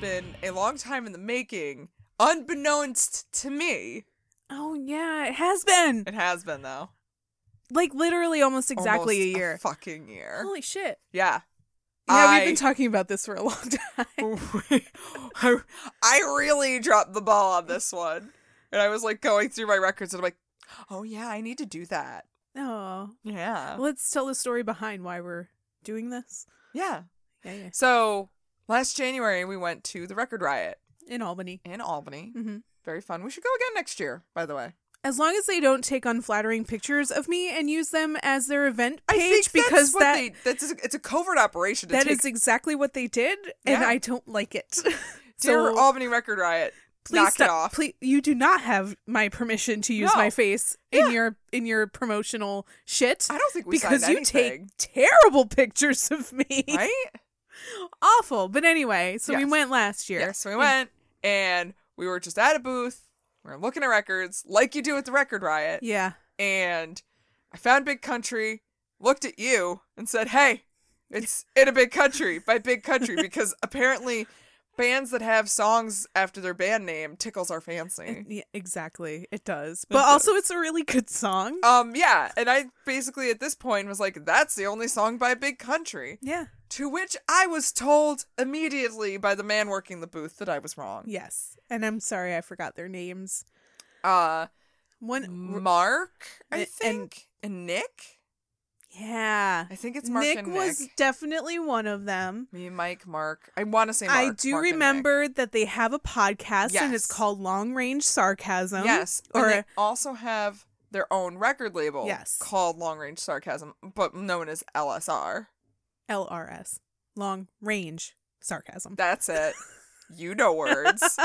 been a long time in the making, unbeknownst to me. Oh yeah, it has been It has been though. like literally almost exactly Almost a year. fucking year. Holy shit! yeah. Yeah, we've I- been talking about this for a long time. I I really dropped the ball on this one. And I was like going through my records and I'm like, oh yeah, I need to do that. oh, Yeah. let's tell the story behind why we're doing this. Yeah. Yeah, yeah. So last January, we went to the record riot In Albany. in Albany. hmm Very fun. We should go again next year, by the way. As long as they don't take unflattering pictures of me and use them as their event I page, think because that's what that they, that's it's a covert operation to That take is exactly what they did, and Yeah. I don't like it. dear so Albany record riot. please knock stop. it off. Please, you do not have my permission to use No. my face in your in your promotional shit I don't think we because signed you anything, take terrible pictures of me. right? Awful. But anyway, so we Yes. went last year. Yeah, so we went and we were just at a booth. We were looking at records like you do at the record riot. Yeah. And I found Big Country, looked at you, and said, Hey, it's in a big country by Big Country because apparently bands that have songs after their band name tickles our fancy. Yeah, exactly. It does. But does. also it's a really good song. Um, yeah, and I basically at this point was like, That's the only song by Big Country. yeah. To which I was told immediately by the man working the booth that I was wrong. Yes. And I'm sorry I forgot their names. Uh One Mark, I Mm. and- think, and, Nick. Yeah. I think it's Mark Nick and Nick. was definitely one of them. Me, Mike, Mark. I want to say Mark. I do Mark and Nick. remember that they have a podcast and Yes. it's called Long Range Sarcasm. Yes, Or and they also have their own record label. Yes. called Long Range Sarcasm, but known as LSR. LRS. Long Range Sarcasm. That's it. you know words.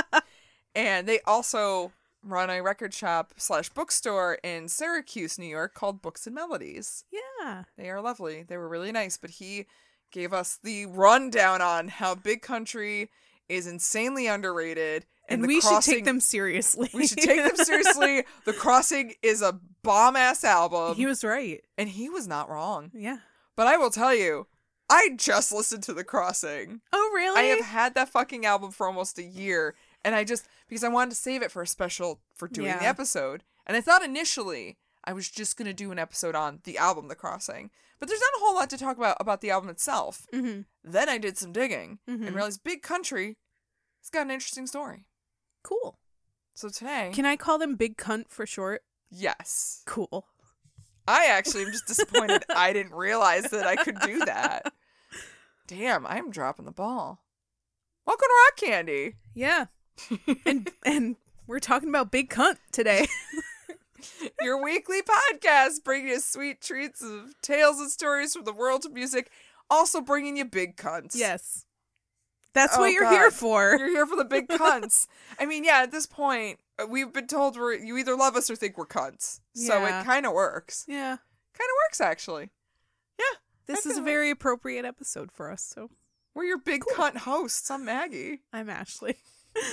and they also run a record shop slash bookstore in Syracuse, New York, called Books and Melodies. yeah. They are lovely. They were really nice, but he gave us the rundown on how Big Country is insanely underrated And, the we should crossing- take them seriously. We should take them seriously. the Crossing is a bomb ass album. he was right. and he was not wrong. Yeah. But I will tell you, I just listened to The Crossing. Oh, really? I have had that fucking album for almost a year, and I just because I wanted to save it for a special for doing the Yeah. episode, and I thought initially I was just gonna do an episode on the album The Crossing, but there's not a whole lot to talk about about the album itself. Mhm. Then I did some digging Mhm. and realized Big Country, it's got an interesting story. Cool. So today, Can I call them Big Cunt for short? yes, Cool. I actually am just disappointed I didn't realize that I could do that. Damn, I'm dropping the ball. Welcome to Rock Candy. Yeah. and and we're talking about Big Cunt today. your weekly podcast bringing you sweet treats of tales and stories from the world of music also bringing you big cunts yes. That's Oh, what you're here God. for. you're here for the big cunts i mean yeah at this point uh, we've been told we're you either love us or think we're cunts so Yeah. it kind of works Yeah. kind of works actually This I is a feel- very appropriate episode for us. So we're your big cunt hosts i'm maggie I'm Ashley.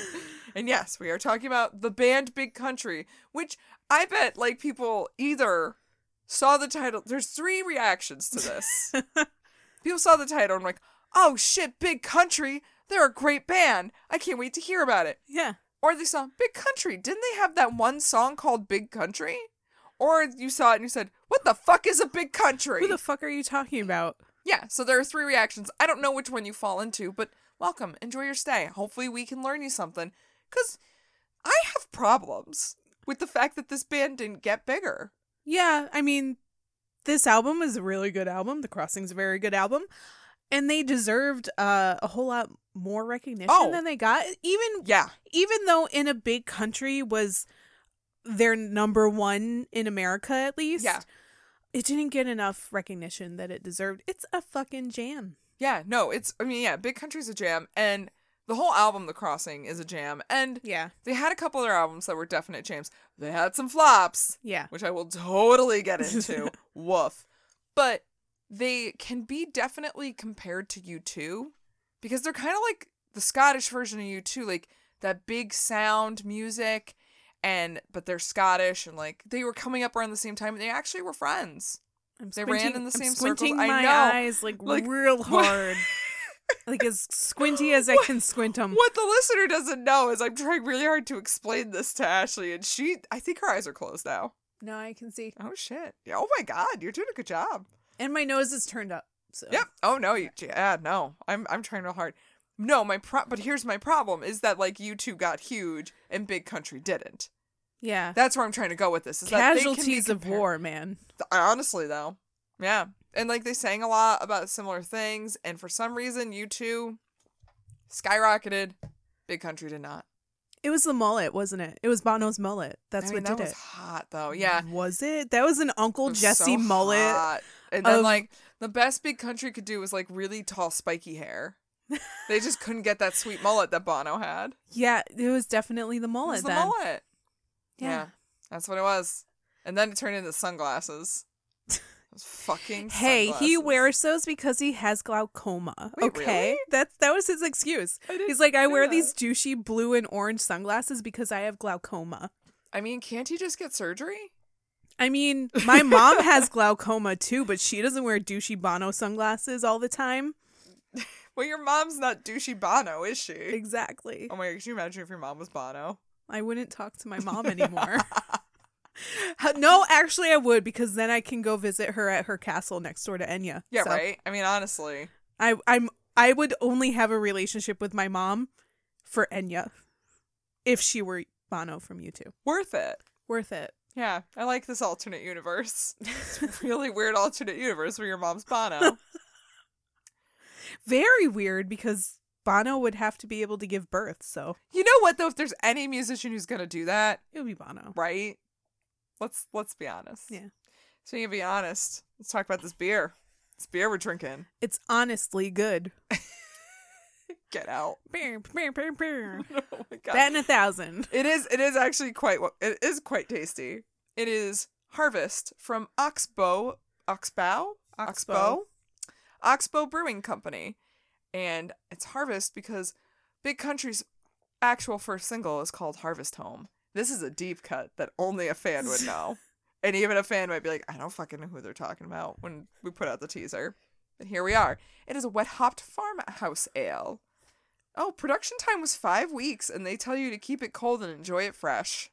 and yes we are talking about the band big country which i bet like people either saw the title there's three reactions to this people saw the title and were like, oh shit, Big Country, they're a great band. I can't wait to hear about it. Yeah. Or they saw Big Country. Didn't they have that one song called Big Country? Or you saw it and you said, what the fuck is a big country? Who the fuck are you talking about? yeah, so there are three reactions. I don't know which one you fall into, but welcome. Enjoy your stay. Hopefully, we can learn you something. Because I have problems with the fact that this band didn't get bigger. Yeah, I mean, this album is a really good album. The Crossing's a very good album. And they deserved uh, a whole lot more recognition Oh. than they got. Even Yeah. even though in a big country was their number one in America at least. Yeah. It didn't get enough recognition that it deserved. It's a fucking jam. Yeah, no, it's, I mean, yeah, Big Country's a jam. And the whole album, The Crossing, is a jam. And Yeah. They had a couple other albums that were definite jams. They had some flops, Yeah. which I will totally get into. Woof. But they can be definitely compared to U2 because they're kind of like the Scottish version of U2, like that big sound music and but they're Scottish and like they were coming up around the same time and they actually were friends. I'm They ran squinting- in the I'm same circles. squinting I my know. eyes like, Like, real what- hard. like as squinty as I can squint them. What the listener doesn't know is I'm trying really hard to explain this to Ashley, and she, I think her eyes are closed now. No, I can see, Oh shit! Yeah, oh my god, you're doing a good job. and my nose is turned up. So Yep. Oh no, you, yeah, no. I'm I'm trying real hard. No, my pro. But here's my problem: is that like YouTube got huge and Big Country didn't. yeah, That's where I'm trying to go with this. Is that they can be casualties of compared- war, man. Honestly, though, yeah, and like they sang a lot about similar things, and for some reason, you two skyrocketed. Big Country did not. It was the mullet, wasn't it? It was Bono's mullet. I That's mean, what that did was it. hot though. Yeah, Was it? That was an Uncle It was Jesse so mullet. hot. And then of- like the best big country could do was like really tall spiky hair. they just couldn't get that sweet mullet that Bono had. Yeah, it was definitely the It mullet was the then. mullet. Yeah. That's what it was. And then it turned into sunglasses. It was fucking Hey, he sunglasses. wears those because he has glaucoma. Wait, okay, really? that's that was his excuse. I didn't He's like, I know wear that." these douchey blue and orange sunglasses because I have glaucoma. I mean, can't he just get surgery? I mean, my mom has glaucoma too, but she doesn't wear douchey Bono sunglasses all the time. Well, your mom's not douchey Bono, is she? Exactly. Oh my god, can you imagine if your mom was Bono? I wouldn't talk to my mom anymore. Ha- no, actually, I would because then I can go visit her at her castle next door to Enya. Yeah, So right? I mean, honestly. I, I'm I would only have a relationship with my mom for Enya if she were Bono from U2. Worth it. Worth it. Yeah, I like this alternate universe. It's a really weird alternate universe where your mom's Bono. Very weird because Bono would have to be able to give birth, so You know what though? If there's any musician who's gonna do that, it would be Bono. right? Let's let's be honest. Yeah. Speaking of be honest, let's talk about this beer. This beer we're drinking. It's honestly good. Get out. Brr, brr, brr, brr. Oh my god. That and a thousand. it is it is actually quite wa- it is quite tasty. It is Harvest from Oxbow Oxbow Oxbow Oxbow Brewing Company. And it's Harvest because Big Country's actual first single is called Harvest Home. This is a deep cut that only a fan would know. and even a fan might be like, I don't fucking know who they're talking about when we put out the teaser. But here we are. It is a wet hopped farmhouse ale. Oh, production time was five weeks, and they tell you to keep it cold and enjoy it fresh.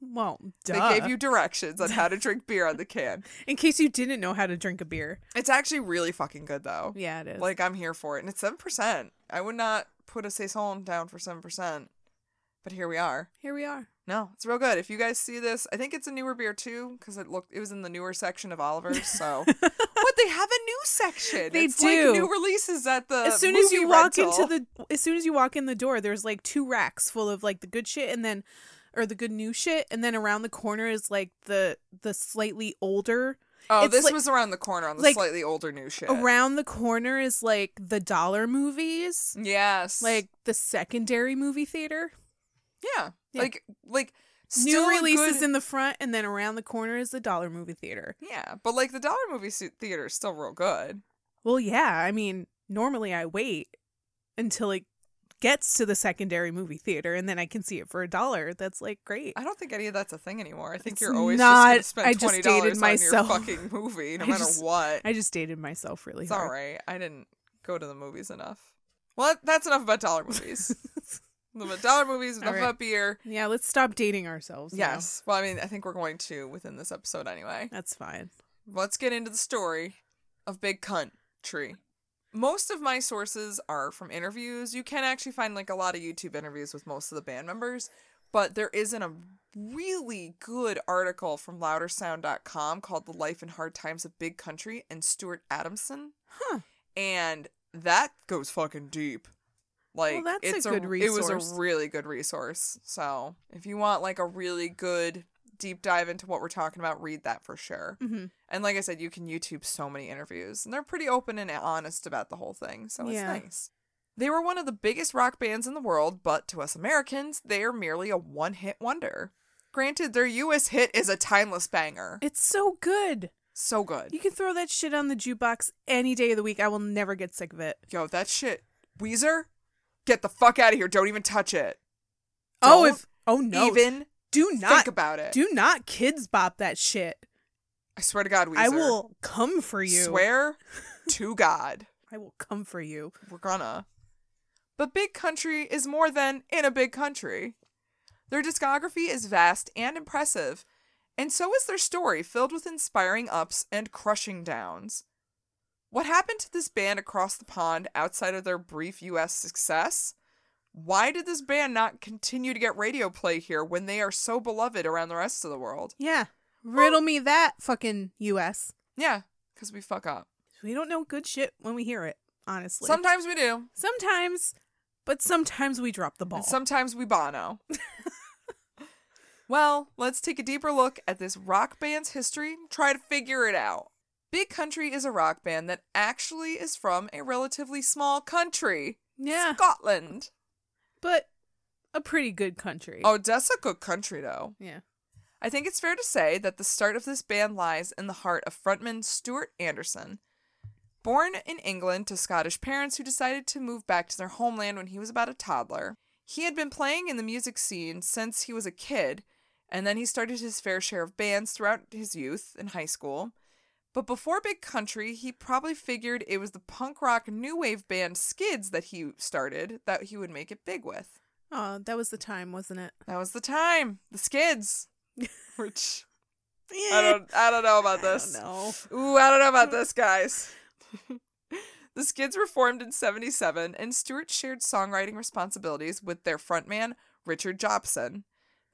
Well, duh. They gave you directions on how to drink beer on the can. in case you didn't know how to drink a beer. It's actually really fucking good, though. Yeah, it is. Like, I'm here for it. And it's 7%. I would not put a Saison down for 7%, but here we are. here we are. No, it's real good. If you guys see this, I think it's a newer beer too, because it looked it was in the newer section of Oliver's. So, what they have a new section. They It's do. like new releases at the. as soon as you Uh, movie walk rental. into the as soon as you walk in the door there's like two racks full of like the good shit and then or the good new shit and then around the corner is like the the slightly older oh, it's this like- was around the corner on the like, slightly older new shit. around the corner is like the dollar movies yes, like the secondary movie theater yeah, Yeah. like like still new releases good, in the front and then around the corner is the dollar movie theater yeah, but like the dollar movie se- theater is still real good. well yeah i mean normally i wait until it gets to the secondary movie theater and then i can see it for a dollar that's like great I don't think any of that's a thing anymore. I think It's you're always not- just gonna I spend twenty just dollars dated on myself. your fucking movie, no I matter just- what. i just dated myself really It's hard all right. I didn't go to the movies enough. Well, that- that's enough about dollar movies. enough about dollar movies, enough All right. about beer. Yeah, let's stop dating ourselves. now. Yes. Well, I mean, I think we're going to within this episode anyway. That's fine. Let's get into the story of Big Country. Most of my sources are from interviews. You can actually find like a lot of YouTube interviews with most of the band members, but there isn't a really good article from loudersound.com called The Life and Hard Times of Big Country and Stuart Adamson. Huh. And that goes fucking deep. Like that's a it's good It was resource. a really good resource. So if you want like a really good deep dive into what we're talking about, read that for sure. Mm-hmm. And like I said, you can YouTube so many interviews, and they're pretty open and honest about the whole thing, so Yeah. it's nice. They were one of the biggest rock bands in the world, but to us Americans, they are merely a one hit wonder. Granted, their US hit is a timeless banger. It's so good. So good. You can throw that shit on the jukebox any day of the week. I will never get sick of it. Yo, that shit. Weezer, get the fuck out of here. Don't even touch it. oh, Don't if oh no, even do not think about it. do not kids bop that shit. I swear to God, Weezer. I will come for you. swear to God. I will come for you. We're gonna. But Big Country is more than in a big country. Their discography is vast and impressive, and so is their story, filled with inspiring ups and crushing downs. What happened to this band across the pond outside of their brief US success? Why did this band not continue to get radio play here when they are so beloved around the rest of the world? Yeah. Riddle me that fucking US. Yeah, because we fuck up. We don't know good shit when we hear it, honestly. Sometimes we do, sometimes, but sometimes we drop the ball. and sometimes we bono. well, let's take a deeper look at this rock band's history and try to figure it out. Big Country is a rock band that actually is from a relatively small country, yeah. Scotland. But a pretty good country. Oh, that's a good country, though. yeah. I think it's fair to say that the start of this band lies in the heart of frontman Stuart Anderson. Born in England to Scottish parents who decided to move back to their homeland when he was about a toddler, he had been playing in the music scene since he was a kid, and then he started his fair share of bands throughout his youth and high school. But before Big Country, he probably figured it was the punk rock new wave band Skids that he started that he would make it big with. Oh, that was the time, wasn't it? That was the time. The skids. Which I don't I don't know about this. No. Ooh, I don't know about this, guys. the Skids were formed in 77, and Stewart shared songwriting responsibilities with their frontman, Richard Jobson.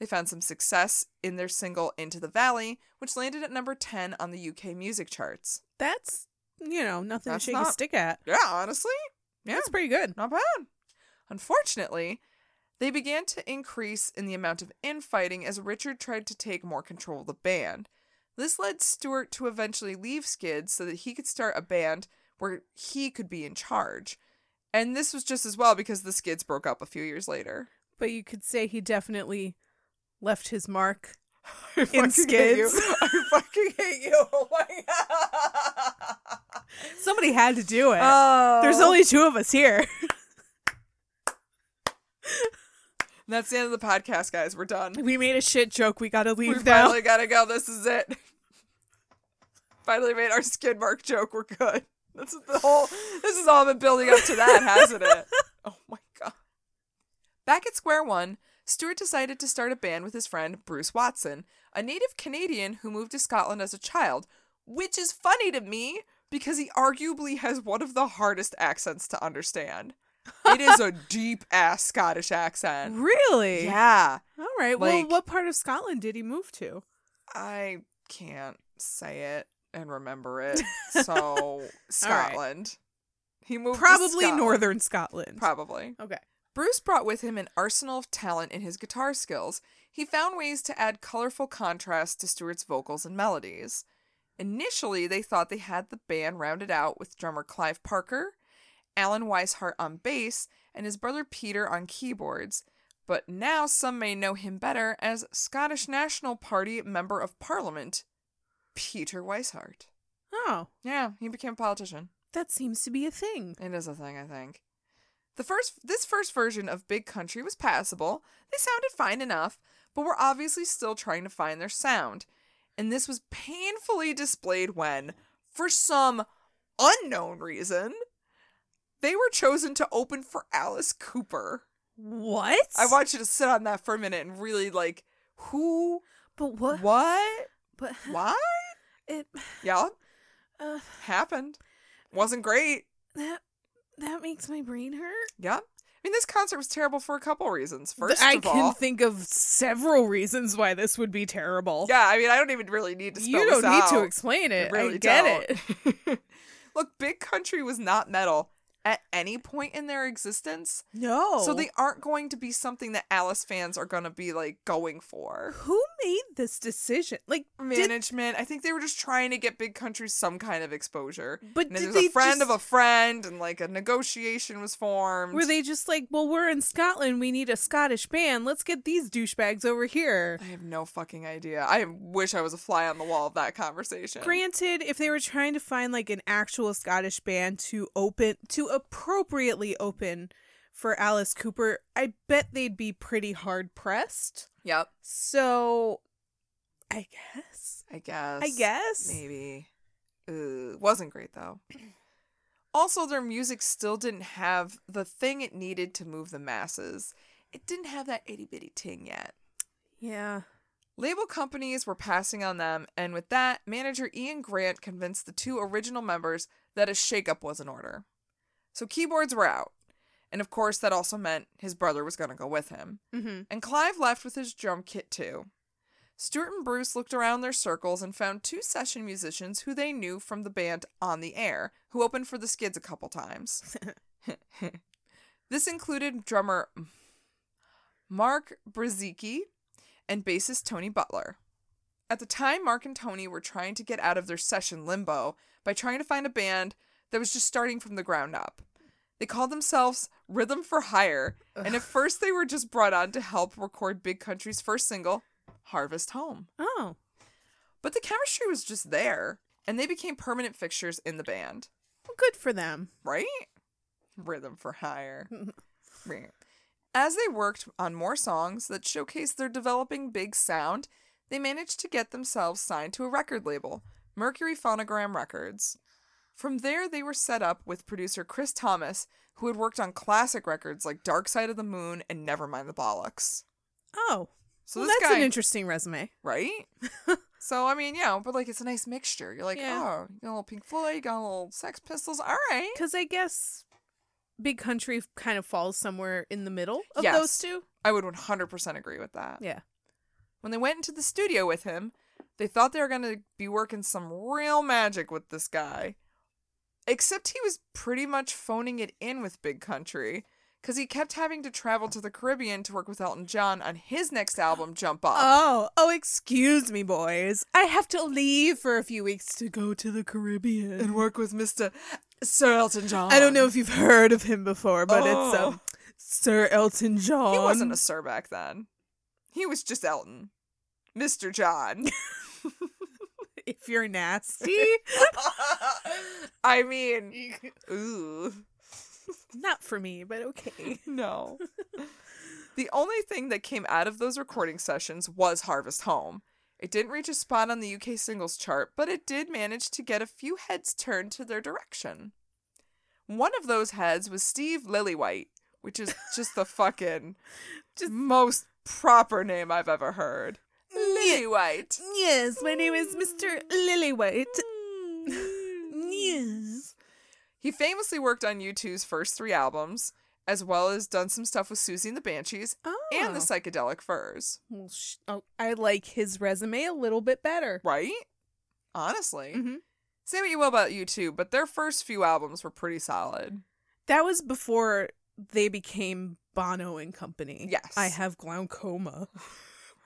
They found some success in their single Into the Valley, which landed at number 10 on the UK music charts. That's, you know, nothing That's to shake a not- stick at. Yeah, honestly, Yeah. That's pretty good. not bad. Unfortunately, they began to increase in the amount of infighting as Richard tried to take more control of the band. This led Stewart to eventually leave Skids so that he could start a band where he could be in charge. And this was just as well because the Skids broke up a few years later. But you could say he definitely left his mark. I fucking hate you. Skids. I fucking hate you. Oh my god. Somebody had to do it. Oh. There's only two of us here. That's the end of the podcast, guys. We're done. We made a shit joke. We gotta leave we now. finally gotta go. This is it. finally made our skid mark joke. We're good. That's what the whole. This has all been building up to that, hasn't it? Oh my god. Back at square one, Stewart decided to start a band with his friend Bruce Watson, a native Canadian who moved to Scotland as a child, which is funny to me because he arguably has one of the hardest accents to understand. It is a deep ass Scottish accent. Really? Yeah. All right. well, Like- what part of Scotland did he move to? I can't say it and remember it. So Scotland. He moved to Probably Scotland. northern Scotland. Probably. okay. Bruce brought with him an arsenal of talent in his guitar skills. He found ways to add colorful contrast to Stewart's vocals and melodies. Initially, they thought they had the band rounded out with drummer Clive Parker, Alan Weishart on bass, and his brother Peter on keyboards. But now some may know him better as Scottish National Party Member of Parliament, Peter Weishart. Oh, Yeah, he became a politician. that seems to be a thing. It is a thing, I think. The first this first version of Big Country was passable. They sounded fine enough, but were obviously still trying to find their sound. And this was painfully displayed when, for some unknown reason, they were chosen to open for Alice Cooper. What? I want you to sit on that for a minute and really like who But what? what? But Why? it Yeah, uh, happened. Wasn't great. that that makes my brain hurt. Yeah. I mean, this concert was terrible for a couple reasons. First I of can all, think of several reasons why this would be terrible. Yeah, I mean, I don't even really need to. Spell you don't this need to out. explain it. I really I get it. it. Look, Big Country was not metal at any point in their existence, No. so they aren't going to be something that Alice fans are going to be like going for. who made this decision? Like, did, Management, I think they were just trying to get Big Country some kind of exposure. but And then did there's they a friend of just, a friend, and like a negotiation was formed. Were they just like, well, we're in Scotland. We need a Scottish band. Let's get these douchebags over here. I have no fucking idea. I wish I was a fly on the wall of that conversation. Granted, if they were trying to find like an actual Scottish band to open to appropriately open for Alice Cooper, I bet they'd be pretty hard pressed. Yep. So, I guess. I guess. I guess. Maybe. Uh, wasn't great though. Also, their music still didn't have the thing it needed to move the masses. It didn't have that itty bitty ting yet. Yeah. Label companies were passing on them, and with that, manager Ian Grant convinced the two original members that a shakeup was in order. So keyboards were out, and of course, that also meant his brother was going to go with him. Mm-hmm. And Clive left with his drum kit too. Stuart and Bruce looked around their circles and found two session musicians who they knew from the band On the Air, who opened for the Skids a couple times. this included drummer Mark Brzezicki and bassist Tony Butler. At the time, Mark and Tony were trying to get out of their session limbo by trying to find a band that was just starting from the ground up. They called themselves Rhythm for Hire, and at first they were just brought on to help record Big Country's first single, Harvest Home. Oh. But the chemistry was just there, and they became permanent fixtures in the band, Well, good for them. right? Rhythm for Hire. Right. As they worked on more songs that showcased their developing big sound, they managed to get themselves signed to a record label, Mercury Phonogram Records. From there, they were set up with producer Chris Thomas, who had worked on classic records like Dark Side of the Moon and Nevermind the Bollocks. Oh. So well, this that's guy, an interesting resume. right? so I mean, yeah, but like it's a nice mixture. You're like, oh, Yeah. you got a little Pink Floyd, you got a little Sex Pistols. All right, Because I guess Big Country kind of falls somewhere in the middle of Yes. those two. I would 100% agree with that. Yeah. When they went into the studio with him, they thought they were going to be working some real magic with this guy. Except he was pretty much phoning it in with Big Country because he kept having to travel to the Caribbean to work with Elton John on his next album, Jump Up. Oh, oh, excuse me, boys. I have to leave for a few weeks to go to the Caribbean. and work with Mr. Sir Elton John. Oh. I don't know if you've heard of him before, but it's Oh. um, Sir Elton John. He wasn't a Sir back then, he was just Elton. Mr. John. If you're nasty, I mean, ooh. not for me, but okay. No. the only thing that came out of those recording sessions was Harvest Home. It didn't reach a spot on the UK singles chart, but it did manage to get a few heads turned to their direction. One of those heads was Steve Lillywhite, which is just the fucking most proper name I've ever heard. Lillywhite. Yes, my name is Mr. Lillywhite. Mm. yes. He famously worked on U2's first three albums, as well as done some stuff with Susie and the Banshees Oh. and the Psychedelic Furs. Well, sh- oh, I like his resume a little bit better. Right? Honestly. Mhm. Say what you will about you two, but their first few albums were pretty solid. That was before they became Bono and Company. Yes. I have glaucoma.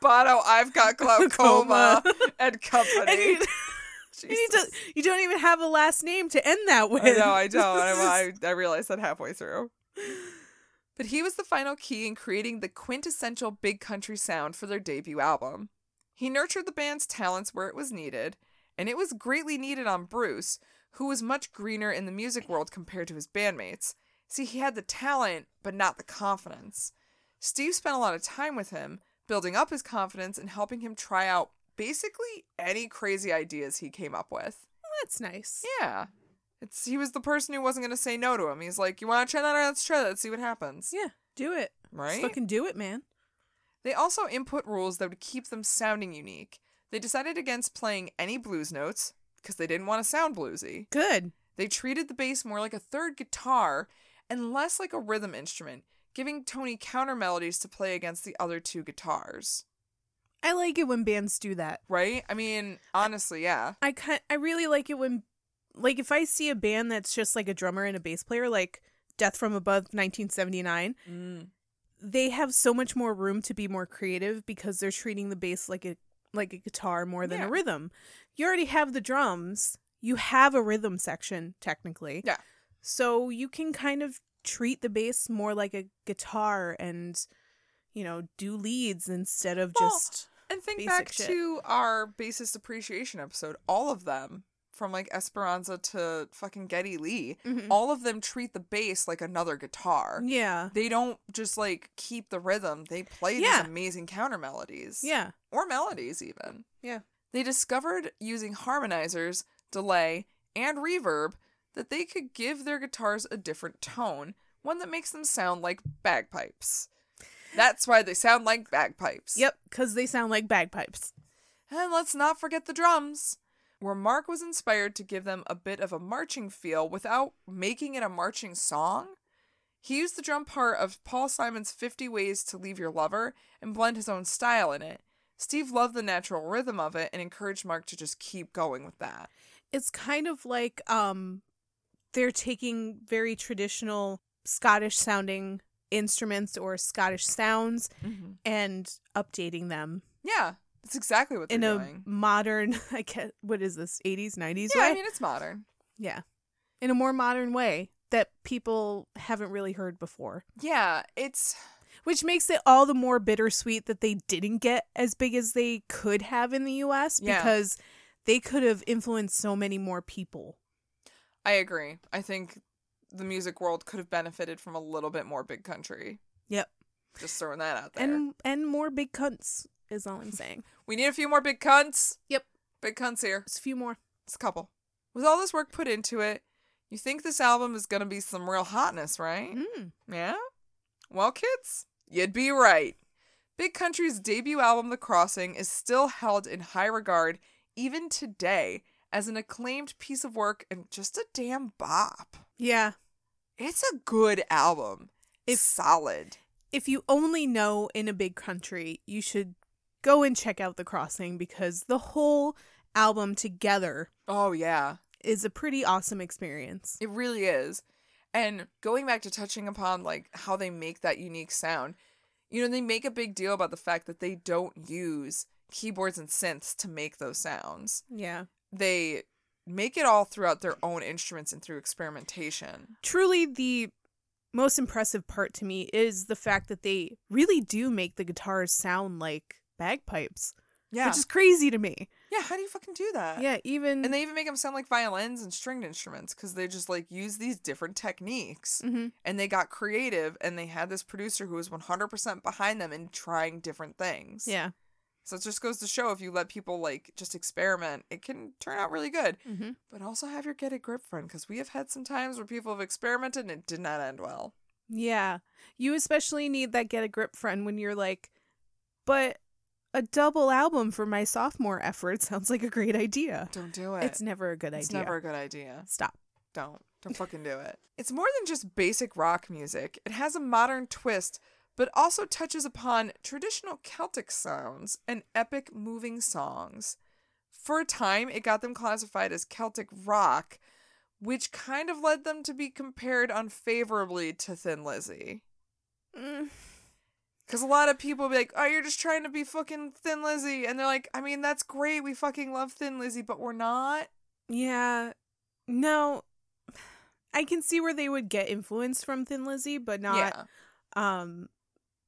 Bono, I've got glaucoma and company. And you, and you, Jesus. don't, you don't even have a last name to end that with. I know, I don't. I, I, I realized that halfway through. But he was the final key in creating the quintessential big country sound for their debut album. He nurtured the band's talents where it was needed, and it was greatly needed on Bruce, who was much greener in the music world compared to his bandmates. See, he had the talent, but not the confidence. Steve spent a lot of time with him, building up his confidence and helping him try out basically any crazy ideas he came up with. That's nice. Yeah. It's he was the person who wasn't gonna say no to him. He's like, You wanna try that out? Let's try that, let's see what happens. Yeah, do it. Right? Just fucking do it, man. They also input rules that would keep them sounding unique. They decided against playing any blues notes, because they didn't want to sound bluesy. Good. They treated the bass more like a third guitar and less like a rhythm instrument, giving Tony counter melodies to play against the other two guitars. I like it when bands do that. Right? I mean, honestly, yeah. I kind I really like it when like if I see a band that's just like a drummer and a bass player like Death from Above 1979, they have so much more room to be more creative because they're treating the bass like a like a guitar more than Yeah. a rhythm. You already have the drums. You have a rhythm section technically. Yeah. So you can kind of treat the bass more like a guitar and you know, do leads instead of Well, just And think basic back shit. to our bassist appreciation episode. All of them, from like Esperanza to fucking Getty Lee, Mhm. all of them treat the bass like another guitar. Yeah. They don't just like keep the rhythm. They play Yeah. these amazing counter melodies. Yeah. Or melodies even. Yeah. They discovered using harmonizers, delay, and reverb that they could give their guitars a different tone, one that makes them sound like bagpipes. That's why they sound like bagpipes. Yep, because they sound like bagpipes. And let's not forget the drums, where Mark was inspired to give them a bit of a marching feel without making it a marching song. He used the drum part of Paul Simon's 50 Ways to Leave Your Lover and blend his own style in it. Steve loved the natural rhythm of it and encouraged Mark to just keep going with that. It's kind of like um they're taking very traditional Scottish sounding instruments or Scottish sounds and updating them Yeah, that's exactly what they're in a doing. modern I guess what is this 80s 90s Yeah, way I mean it's modern. yeah in a more modern way that people haven't really heard before Yeah, it's which makes it all the more bittersweet that they didn't get as big as they could have in the US Yeah. because they could have influenced so many more people I agree. I think the music world could have benefited from a little bit more big country. Yep. Just throwing that out there. and and more big cunts is all I'm saying we need a few more big cunts. Yep. Big cunts here. it's a few more It's a couple. With all this work put into it, you think this album is going to be some real hotness, right? mm. Yeah? Well, kids, you'd be right. Big Country's debut album, The Crossing, is still held in high regard even today as an acclaimed piece of work and just a damn bop. yeah It's a good album. It's If- solid. if you only know in a big country you should go and check out The Crossing because the whole album together Oh, yeah. is a pretty awesome experience It really is. And going back to touching upon like how they make that unique sound, you know, they make a big deal about the fact that they don't use keyboards and synths to make those sounds. yeah They make it all throughout their own instruments and through experimentation. truly the most impressive part to me is the fact that they really do make the guitars sound like bagpipes, Yeah. which is crazy to me. yeah, how do you fucking do that? Yeah, even And they even make them sound like violins and stringed instruments because they just like use these different techniques. Mhm. And they got creative and they had this producer who was 100% behind them in trying different things. yeah, So it just goes to show if you let people like just experiment, it can turn out really good. mm-hmm. But also have your get a grip friend because we have had some times where people have experimented and it did not end well. yeah. You especially need that get a grip friend when you're like, but a double album for my sophomore effort sounds like a great idea. Don't do it. It's never a good It's idea. never a good idea. Stop. Don't. Don't fucking do it. It's more than just basic rock music. It has a modern twist, but also touches upon traditional Celtic sounds and epic moving songs. For a time, it got them classified as Celtic rock, which kind of led them to be compared unfavorably to Thin Lizzy. Mm. Because a lot of people be like, oh, you're just trying to be fucking Thin Lizzy. And they're like, I mean, that's great. We fucking love Thin Lizzy, but we're not. Yeah. No. I can see where they would get influence from Thin Lizzy, but not yeah. um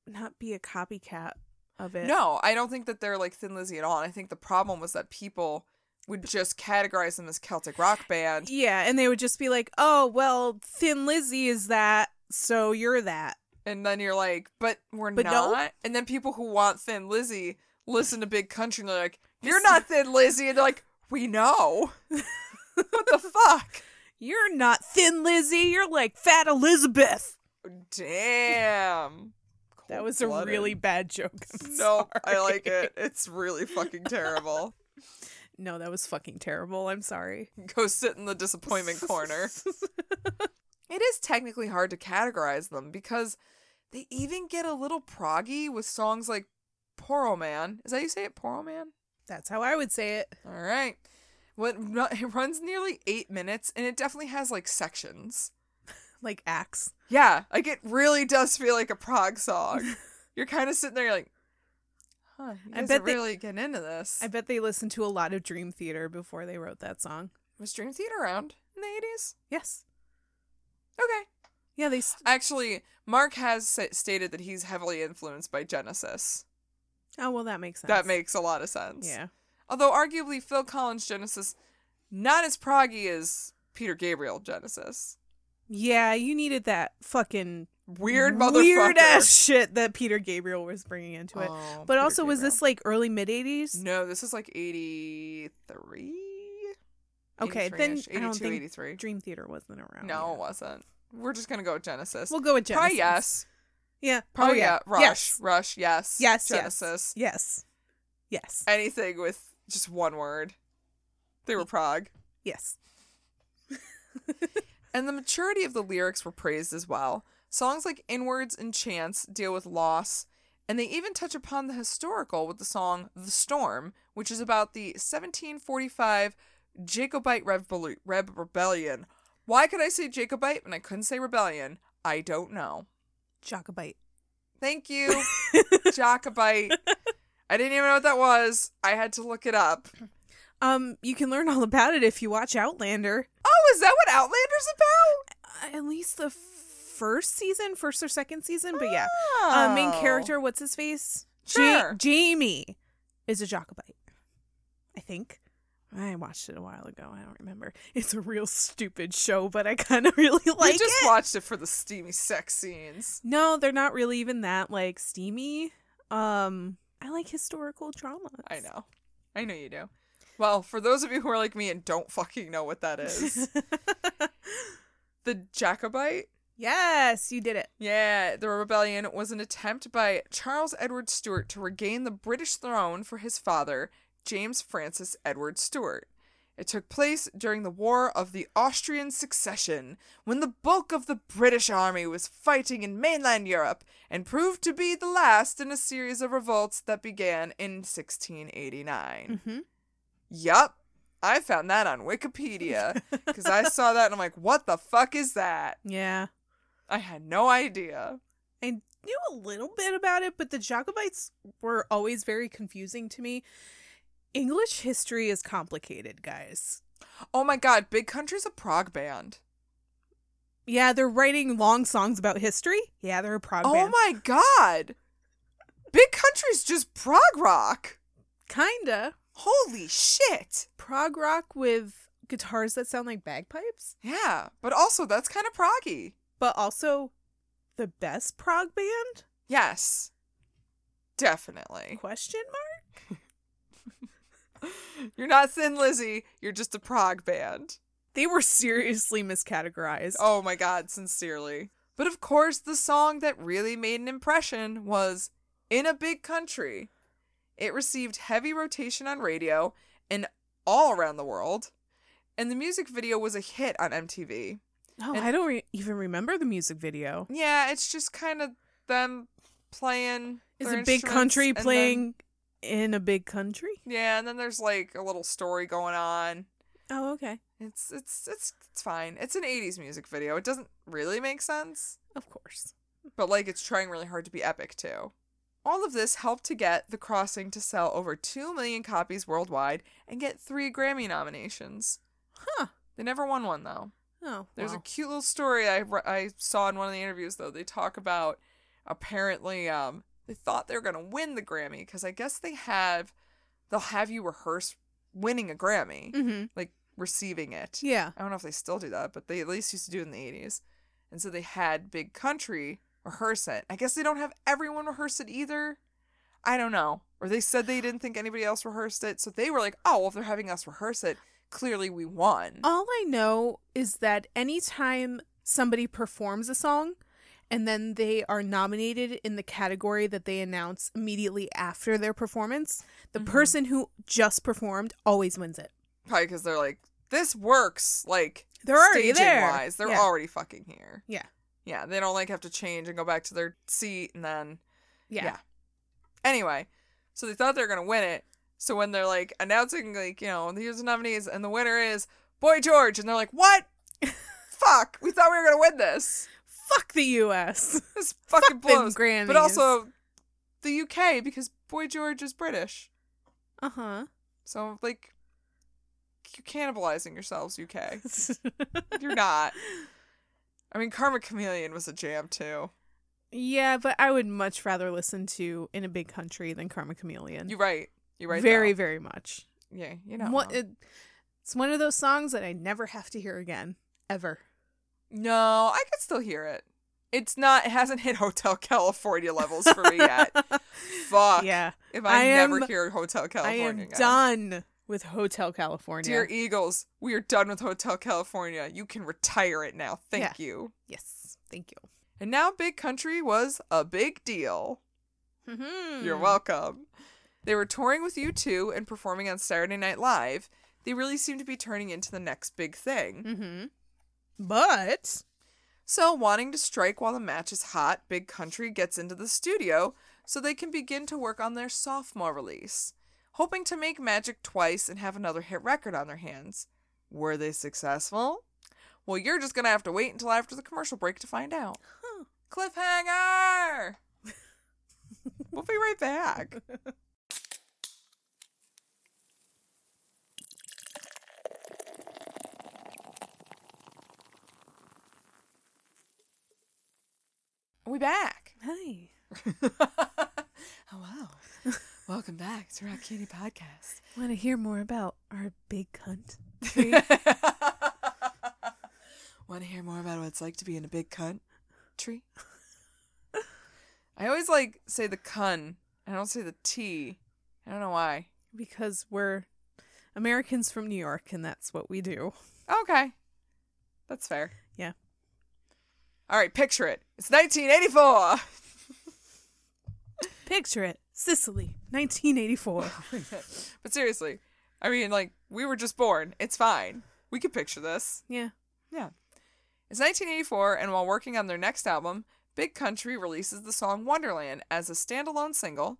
not be a copycat of it. No, I don't think that they're like Thin Lizzy at all. And I think the problem was that people would just categorize them as Celtic rock band. Yeah, and they would just be like, "Oh, well, Thin Lizzy is that, so you're that." And then you're like, but we're But not. no. And then people who want Thin Lizzy listen to Big Country and they're like, you're not Thin Lizzy. And they're like, we know. what the fuck? You're not Thin Lizzy, you're like Fat Elizabeth. Damn. That was a Cold-blooded. really bad joke. I'm No, I sorry. like it. It's really fucking terrible. No, that was fucking terrible. I'm sorry. Go sit in the disappointment corner. It is technically hard to categorize them because they even get a little proggy with songs like Poro Man. Is that how you say it? Poro Man? That's how I would say it. All right. What it runs nearly eight minutes and it definitely has like sections. Like axe. Yeah, like it really does feel like a prog song. you're kind of sitting there you're like, huh, you I guys bet are they- really getting into this. I bet they listened to a lot of Dream Theater before they wrote that song. Was Dream Theater around in the 80s? Yes. Okay. Yeah, they s Actually, Mark has sa- stated that he's heavily influenced by Genesis. Oh, well that makes sense. That makes a lot of sense. Yeah. Although arguably Phil Collins Genesis not as proggy as Peter Gabriel Genesis. Yeah, you needed that fucking Weird motherfucker. weird ass shit that Peter Gabriel was bringing into it. Oh, But Peter also, was Gabriel. this like early mid 80s? No, this is like 83. Okay, then 83-ish, I don't 82, think 83. Dream Theater wasn't around. No, it yet. wasn't. We're just gonna go with Genesis. we'll go with Genesis. Probably yes. Yeah. Probably oh yeah. Rush. Yes. Rush. Yes. Yes. yes, Genesis. Yes. Yes. Anything with just one word. They were Prague. Yes. And the maturity of the lyrics were praised as well. Songs like Inwards and Chance deal with loss, and they even touch upon the historical with the song The Storm, which is about the 1745 Jacobite Revolu- Reb- Rebellion. Why could I say Jacobite and I couldn't say rebellion? I don't know. Jacobite. Thank you, Jacobite. I didn't even know what that was. I had to look it up. Um, you can learn all about it if you watch Outlander. Oh, is that what Outlander's about? Uh, At least the f- first season, first or second season, but yeah. Uh, main Oh. character, what's his face? Ja- Sure. Jamie is a Jacobite. I think. I watched it a while ago. I don't remember. It's a real stupid show, but I kind of really like we just it. watched it for the steamy sex scenes. no, they're not really even that like steamy. Um, I like historical dramas. I know. I know you do. Well, for those of you who are like me and don't fucking know what that is, the Jacobite, yes, you did it. yeah, the rebellion was an attempt by Charles Edward Stuart to regain the British throne for his father, James Francis Edward Stuart. It took place during the War of the Austrian Succession, when the bulk of the British army was fighting in mainland Europe and proved to be the last in a series of revolts that began in 1689. Mm-hmm. Yup. I found that on Wikipedia because I saw that and I'm like, what the fuck is that? Yeah. I had no idea. I knew a little bit about it, but the Jacobites were always very confusing to me. English history is complicated, guys. Oh my god, Big Country's a prog band. Yeah, they're writing long songs about history. Yeah, they're a prog oh band. my god. Big Country's just prog rock. Kinda Holy shit. prog rock with guitars that sound like bagpipes, Yeah, but also that's kind of proggy. but also the best prog band? Yes. Definitely. Question mark? You're not Thin Lizzy, you're just a prog band. They were seriously miscategorized. Oh my god, sincerely. But of course, the song that really made an impression was In a Big Country. It received heavy rotation on radio and all around the world, and the music video was a hit on MTV. No, and- Oh, I don't re- even remember the music video. Yeah, it's just kind of them playing. Is their a big instruments country and then- playing in a big country? yeah, and then there's like a little story going on. Oh, okay. It's it's it's it's fine. It's an 80s music video. It doesn't really make sense. Of course. but like it's trying really hard to be epic too. All of this helped to get The Crossing to sell over 2 million copies worldwide and get three Grammy nominations. Huh. They never won one though. Oh, There's a wow. cute little story I, re- I saw in one of the interviews though. They talk about apparently um, they thought they were going to win the Grammy because I guess they have, they'll have you rehearse winning a Grammy, Mhm. like receiving it. Yeah. I don't know if they still do that, but they at least used to do it in the 80s. And so they had Big Country rehearse it. I guess they don't have everyone rehearse it either. I don't know. Or they said they didn't think anybody else rehearsed it. So they were like, oh, well, if they're having us rehearse it, clearly we won. All I know is that anytime somebody performs a song and then they are nominated in the category that they announce immediately after their performance, the Mhm. person who just performed always wins it. Probably because they're like, this works. Like, They're already staging there. Wise, they're yeah. already fucking here. Yeah. Yeah. They don't like have to change and go back to their seat and then yeah. yeah. Anyway, so they thought they were gonna win it. So when they're like announcing, like you know, here's the nominees, and the winner is Boy George, and they're like, "What? Fuck! We thought we were gonna win this. Fuck the US. This fucking Them blows." Grammys. But also, the UK because Boy George is British, uh-huh. so like, you're cannibalizing yourselves, UK. You're not. I mean, Karma Chameleon was a jam too. yeah, but I would much rather listen to In a Big Country than Karma Chameleon. You're right. You're right. very, though. very much. yeah. You know. What- it- it's one of those songs that I never have to hear again, ever. No, I could still hear it. It's not. It hasn't hit Hotel California levels for me yet. Fuck. yeah, If I, I never am- hear Hotel I California am again. done with Hotel California. Dear E- Eagles, we are done with Hotel California. You can retire it now. Thank Yeah. you. yes, thank you. And now Big Country was a big deal. Hmm. You're welcome. They were touring with U2 and performing on Saturday Night Live. They really seemed to be turning into the next big thing. Mm-hmm. But So, wanting to strike while the match is hot, Big Country gets into the studio so they can begin to work on their sophomore release, hoping to make magic twice and have another hit record on their hands. Were they successful? Well, you're just going to have to wait until after the commercial break to find out. Huh. Cliffhanger! we'll be right back. We back. hi, oh wow. Welcome back to Rock Kitty Podcast. want to hear more about our big cunt? Want to hear more about what it's like to be in a big cunt tree? I always like say the cun. I don't say the T. I don't know why. Because we're Americans from New York, and that's what we do. Oh, Okay. That's fair. Yeah. All right, picture it. It's 1984. Picture it, Sicily, 1984. but seriously, I mean, like, we were just born. It's fine. We could picture this. yeah. Yeah. It's 1984, and while working on their next album, Big Country releases the song Wonderland as a standalone single.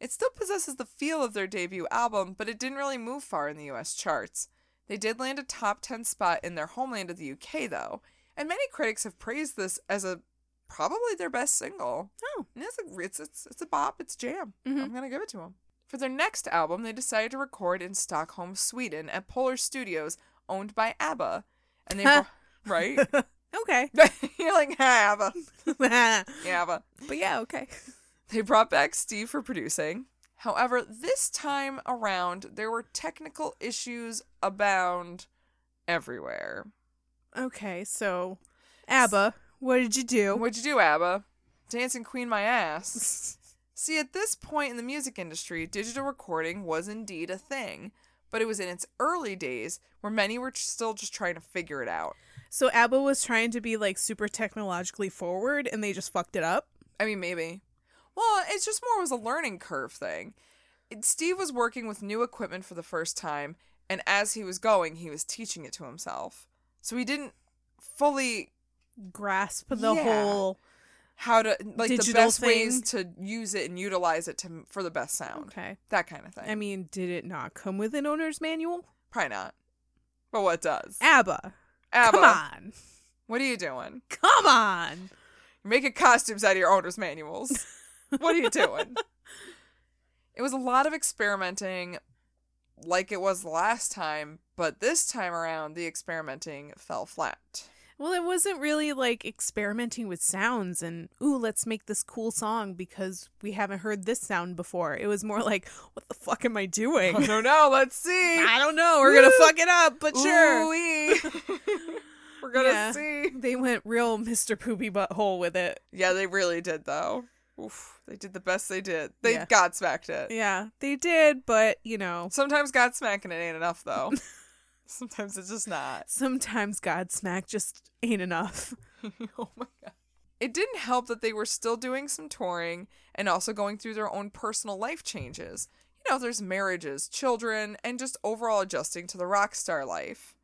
It still possesses the feel of their debut album, but it didn't really move far in the US charts. They did land a top 10 spot in their homeland of the UK, though, and many critics have praised this as a probably their best single. Oh. And it's a, it's, it's, it's a bop, it's jam. Mhm. I'm going to give it to them. For their next album, they decided to record in Stockholm, Sweden at Polar Studios, owned by ABBA. And they. Huh. right? Okay. You're like, "Ah, ABBA. but Yeah, ABBA. yeah, okay. They brought back Steve for producing. However, this time around, there were technical issues abound everywhere. Okay, so ABBA, what did you do? What'd you do, ABBA? Dancing Queen my ass. See, at this point in the music industry, digital recording was indeed a thing, but it was in its early days where many were still just trying to figure it out. So ABBA was trying to be like super technologically forward and they just fucked it up. I mean, maybe. Well, it's just more was a learning curve thing. It- Steve was working with new equipment for the first time, and as he was going, he was teaching it to himself. So he didn't fully Grasp the Yeah. whole how to like the Digital best ways to use it and utilize it to for the best sound. Okay. That kind of thing. I mean, did it not come with an owner's manual? Probably not. But what does? ABBA. ABBA, Come on. what are you doing? Come on. You're making costumes out of your owner's manuals. what are you doing? It was a lot of experimenting, like it was last time, but this time around, the experimenting fell flat. Well, it wasn't really like experimenting with sounds and, ooh, let's make this cool song because we haven't heard this sound before. It was more like, what the fuck am I doing? I don't know. Let's see. I don't know. We're going to Woo. fuck it up, but sure. Ooh-wee. We're gonna Yeah. see. They went real Mr. Poopy Butthole with it. Yeah, they really did though. Oof, they did the best they did. They Yeah. godsmacked it. Yeah, they did, but you know, Sometimes godsmacking it ain't enough though. Sometimes it's just not. sometimes Godsmack just ain't enough. oh my god. It didn't help that they were still doing some touring and also going through their own personal life changes. You know, there's marriages, children, and just overall adjusting to the rock star life.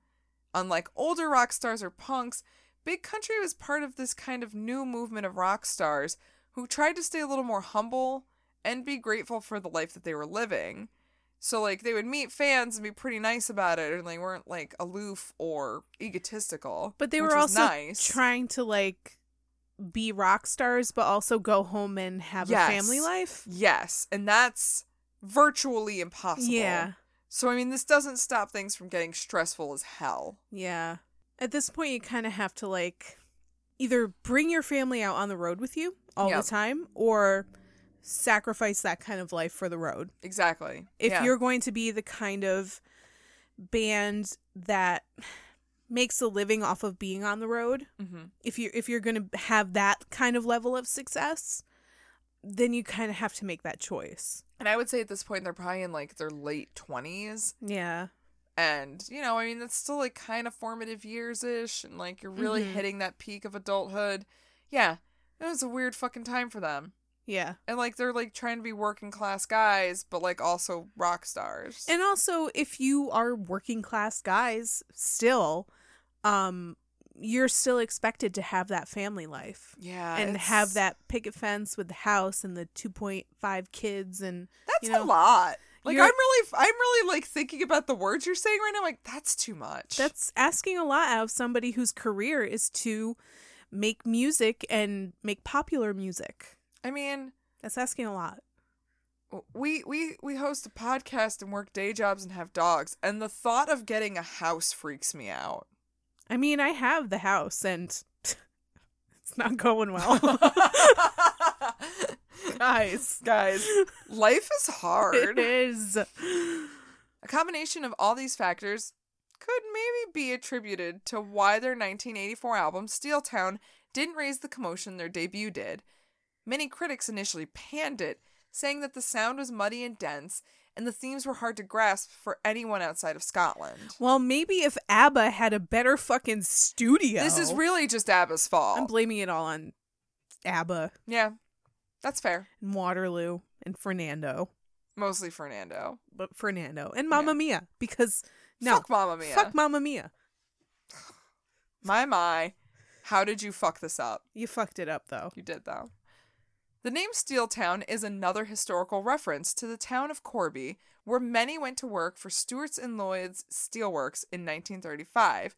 Unlike older rock stars or punks, Big Country was part of this kind of new movement of rock stars who tried to stay a little more humble and be grateful for the life that they were living. So like they would meet fans and be pretty nice about it, and they weren't like aloof or egotistical. But they which were was also nice. trying to like be rock stars, but also go home and have Yes. a family life. Yes, and that's virtually impossible. Yeah, So I mean, this doesn't stop things from getting stressful as hell. yeah. At this point, you kind of have to like either bring your family out on the road with you all Yep. the time, or sacrifice that kind of life for the road. Exactly. if Yeah. you're going to be the kind of band that makes a living off of being on the road Mhm. if you if you're going to have that kind of level of success then you kind of have to make that choice And I would say at this point they're probably in like their late 20s. Yeah. And, you know, I mean, that's still like kind of formative years ish. And like you're really Mhm. hitting that peak of adulthood. Yeah. It was a weird fucking time for them. Yeah. And like they're like trying to be working class guys, but like also rock stars. And also, if you are working class guys still, um, you're still expected to have that family life yeah. and it's- have that picket fence with the house and the 2.5 kids. And That's you know, a lot. Like you're- I'm really, I'm really like thinking about the words you're saying right now. Like that's too much. that's asking a lot out of somebody whose career is to make music and make popular music. I mean, That's asking a lot. we we we host a podcast and work day jobs and have dogs, and the thought of getting a house freaks me out. I mean, I have the house and it's not going well. Guys, Guys, life is it hard. is. A combination of all these factors could maybe be attributed to why their 1984 album, Steel Town, didn't raise the commotion their debut did. Many critics initially panned it, saying that the sound was muddy and dense, and the themes were hard to grasp for anyone outside of Scotland. Well, maybe if ABBA had a better fucking studio. This is really just ABBA's fault. I'm blaming it all on ABBA yeah, that's fair. and Waterloo and Fernando, Mostly Fernando. but Fernando and Mamma Mia because no, Fuck Mamma Mia. fuck Mamma Mia. my, my. How did you fuck this up? You fucked it up though. You did though. The name Steel Town is another historical reference to the town of Corby, where many went to work for Stewart's and Lloyd's Steelworks in 1935,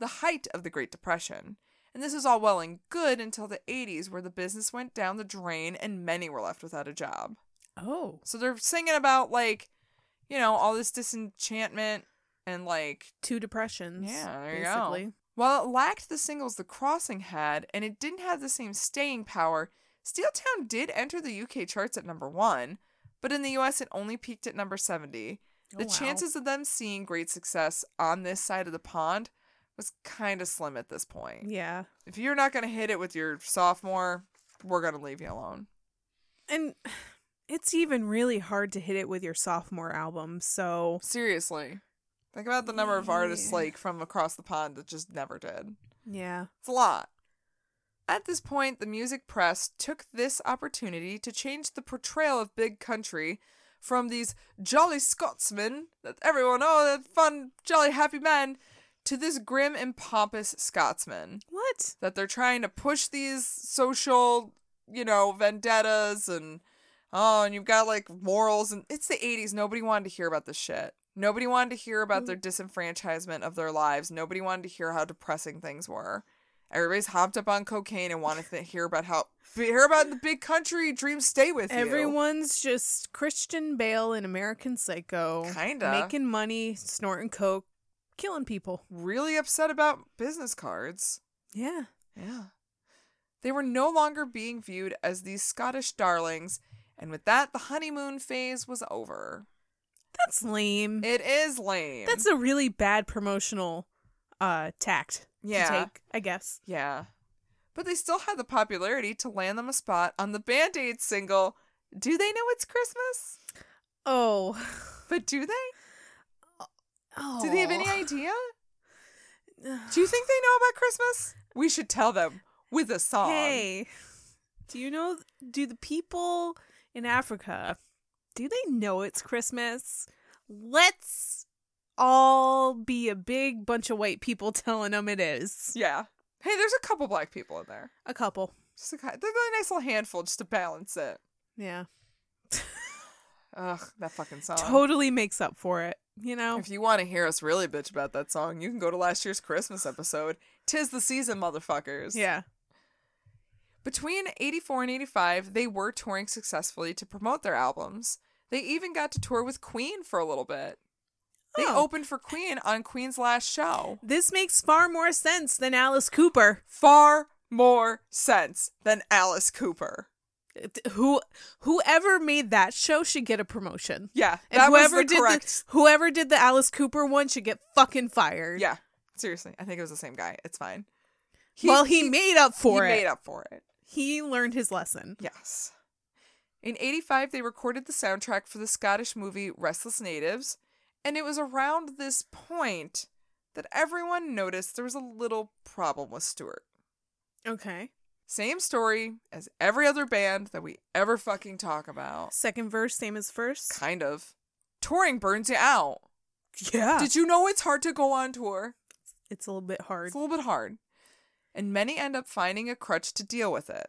the height of the Great Depression. And this is all well and good until the 80s, where the business went down the drain and many were left without a job. Oh, So they're singing about, like, you know, all this disenchantment and, like, two depressions. Yeah, there you go. basically. while it lacked the singles The Crossing had, and it didn't have the same staying power, Steeltown did enter the UK charts at number one, but in the US it only peaked at number 70. The Oh, wow. chances of them seeing great success on this side of the pond was kind of slim at this point. Yeah, If you're not going to hit it with your sophomore, we're going to leave you alone. and it's even really hard to hit it with your sophomore album. So Seriously. Think about the number of artists Yeah. like from across the pond that just never did. yeah, It's a lot. At this point, the music press took this opportunity to change the portrayal of big country from these jolly Scotsmen that everyone, oh, that fun, jolly, happy men, to this grim and pompous Scotsman. what? That they're trying to push these social, you know, vendettas and, oh, and you've got like morals. And it's the 80s. Nobody wanted to hear about this shit. Nobody wanted to hear about their disenfranchisement of their lives. Nobody wanted to hear how depressing things were. Everybody's hopped up on cocaine and wanted to hear about how hear about the big country dreams stay with you. Everyone's just Christian Bale and American Psycho. Kinda. Making money, snorting coke, killing people. really upset about business cards. Yeah. Yeah. They were no longer being viewed as these Scottish darlings, and with that, the honeymoon phase was over. That's lame. It is lame. Mm. That's a really bad promotional uh tact to yeah, take, I guess. yeah. But they still had the popularity to land them a spot on the Band Aid single. Do they know it's Christmas? Oh. But do they? oh. Do they have any idea? Do you think they know about Christmas? We should tell them with a song. Hey. Do you know do the people in Africa do they know it's Christmas? Let's all be a big bunch of white people telling them it is. Yeah. Hey, there's a couple black people in there. A couple. Just a, ki- they're a nice little handful just to balance it. Yeah. Ugh, that fucking song. Totally makes up for it, you know? If you want to hear us really bitch about that song, you can go to last year's Christmas episode. Tis the season, motherfuckers. Yeah. Between 84 and 85, they were touring successfully to promote their albums. They even got to tour with Queen for a little bit. They Oh. opened for Queen on Queen's last show. This makes far more sense than Alice Cooper, Far more sense than Alice Cooper. who whoever made that show should get a promotion. Yeah, And that whoever was the did correct. the whoever did the Alice Cooper one should get fucking fired. yeah, seriously, I think it was the same guy. It's fine. well, he, made up for he it. made up for it. He learned his lesson. Yes. In 85, they recorded the soundtrack for the Scottish movie Restless Natives, and it was around this point that everyone noticed there was a little problem with Stewart. Okay. Same story as every other band that we ever fucking talk about. Second verse, same as first. Kind of. Touring burns you out. Yeah. Did you know it's hard to go on tour? it's a little bit hard. It's a little bit hard. And many end up finding a crutch to deal with it.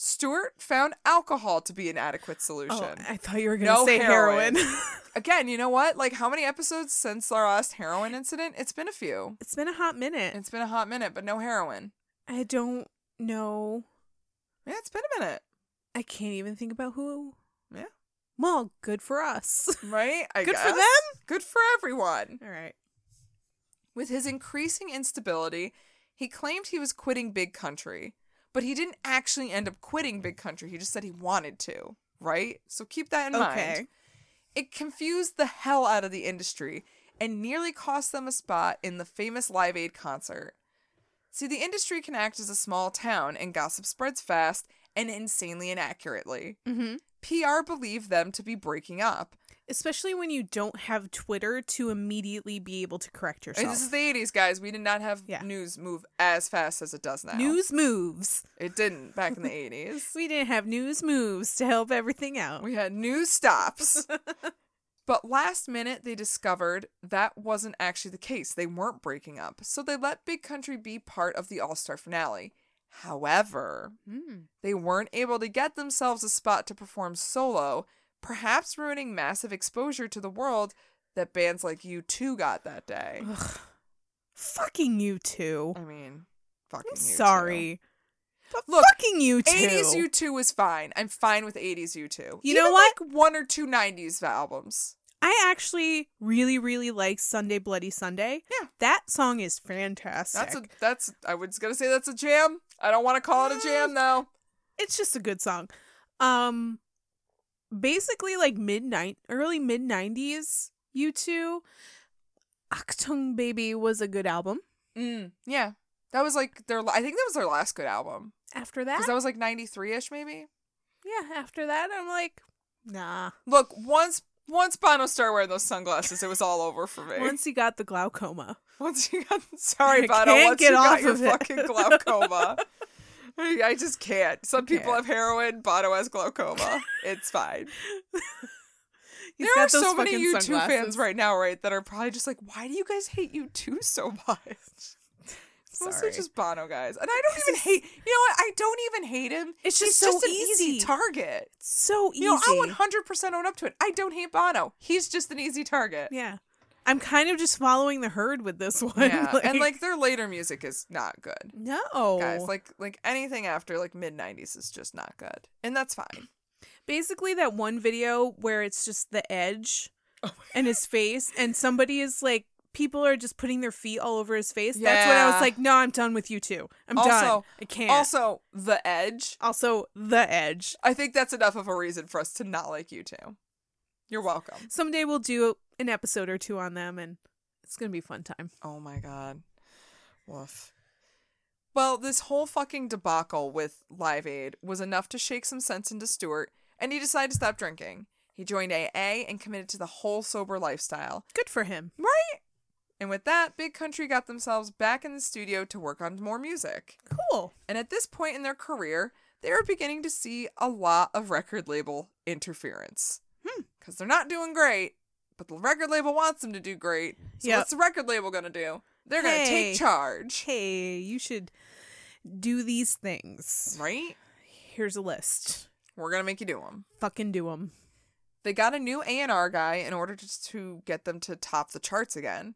Stewart found alcohol to be an adequate solution. Oh, I thought you were gonna No say heroin. heroin. Again, you know what? Like, how many episodes since our last heroin incident? It's been a few. it's been a hot minute. It's been a hot minute, but no heroin. I don't know. Yeah, it's been a minute, I can't even think about who. Yeah. Well, good for us. right? I good for guess. them. Good for everyone. All right. With his increasing instability, he claimed he was quitting Big Country, but he didn't actually end up quitting Big Country. He just said he wanted to, right? So keep that in Okay. mind. It confused the hell out of the industry and nearly cost them a spot in the famous Live Aid concert. See, the industry can act as a small town and gossip spreads fast and insanely inaccurately. Mm-hmm. PR believed them to be breaking up. Especially when you don't have Twitter to immediately be able to correct And yourself. this is the 80s, guys. We did not have Yeah. news move as fast as it does now. News moves. It didn't back in the 80s. We didn't have news moves to help everything out. We had new stops. but last minute, they discovered that wasn't actually the case. They weren't breaking up. So they let Big Country be part of the All Star finale. However, Mm. they weren't able to get themselves a spot to perform solo, perhaps ruining massive exposure to the world that bands like U2 got that day. Ugh. Fucking you two. I mean, fucking I'm U2. sorry. But Look, fucking you two. 80s U2 was fine. I'm fine with 80s U2. You know what? Like one or two 90s albums. I actually really, really like Sunday Bloody Sunday. Yeah. That song is fantastic. That's a that's I was gonna say that's a jam. I don't want to call it a jam though. it's just a good song. Um basically like mid early mid nineties, you two. Octung Baby was a good album. Mm, yeah, that was like their. I think that was their last good album After because that, that was like '93 ish maybe. yeah, after that I'm like, nah. Look, once once Bono started wearing those sunglasses, it was all over for me. Once, Once he got the glaucoma. you got sorry I Bono, can't once get you off got your of it. fucking glaucoma. I I just can't. Some people have can't. heroin. Bono has glaucoma. It's fine. He's there got are so those many fucking U2 fans sunglasses. right now, right, that are probably just like, why do you guys hate U2 so much? It's Mostly Sorry. just Bono guys. And I don't even hate, you know what? I don't even hate him. It's He's just so just an easy, easy. target. So easy. You know, I would 100% own up to it. I don't hate Bono. He's just an easy target. yeah. I'm kind of just following the herd with this one. Yeah. and like their later music is not good. no. Guys, like like anything after like mid 90s is just not good. And that's fine. basically that one video where it's just the edge Oh and his face and somebody is like people are just putting their feet all over his face that's when i Yeah. was like no i'm done with you two i'm done Also- i can't Also, The Edge. also the edge I think that's enough of a reason for us to not like U2. You're welcome. someday we'll do an episode or two on them and it's gonna be a fun time Oh my god. Woof. Well, this whole fucking debacle with Live Aid was enough to shake some sense into Stewart, and he decided to stop drinking. He joined AA and committed to the whole sober lifestyle. good for him And with that, Big Country got themselves back in the studio to work on more music. cool And at this point in their career, they are beginning to see a lot of record label interference. Hmm. Because they're not doing great, but the record label wants them to do great. So Yep. what's the record label going to do? They're going to Hey. take charge. hey you should do these things Right? here's a list We're going to make you do them. fucking do them They got a new A&R guy in order to, to get them to top the charts again.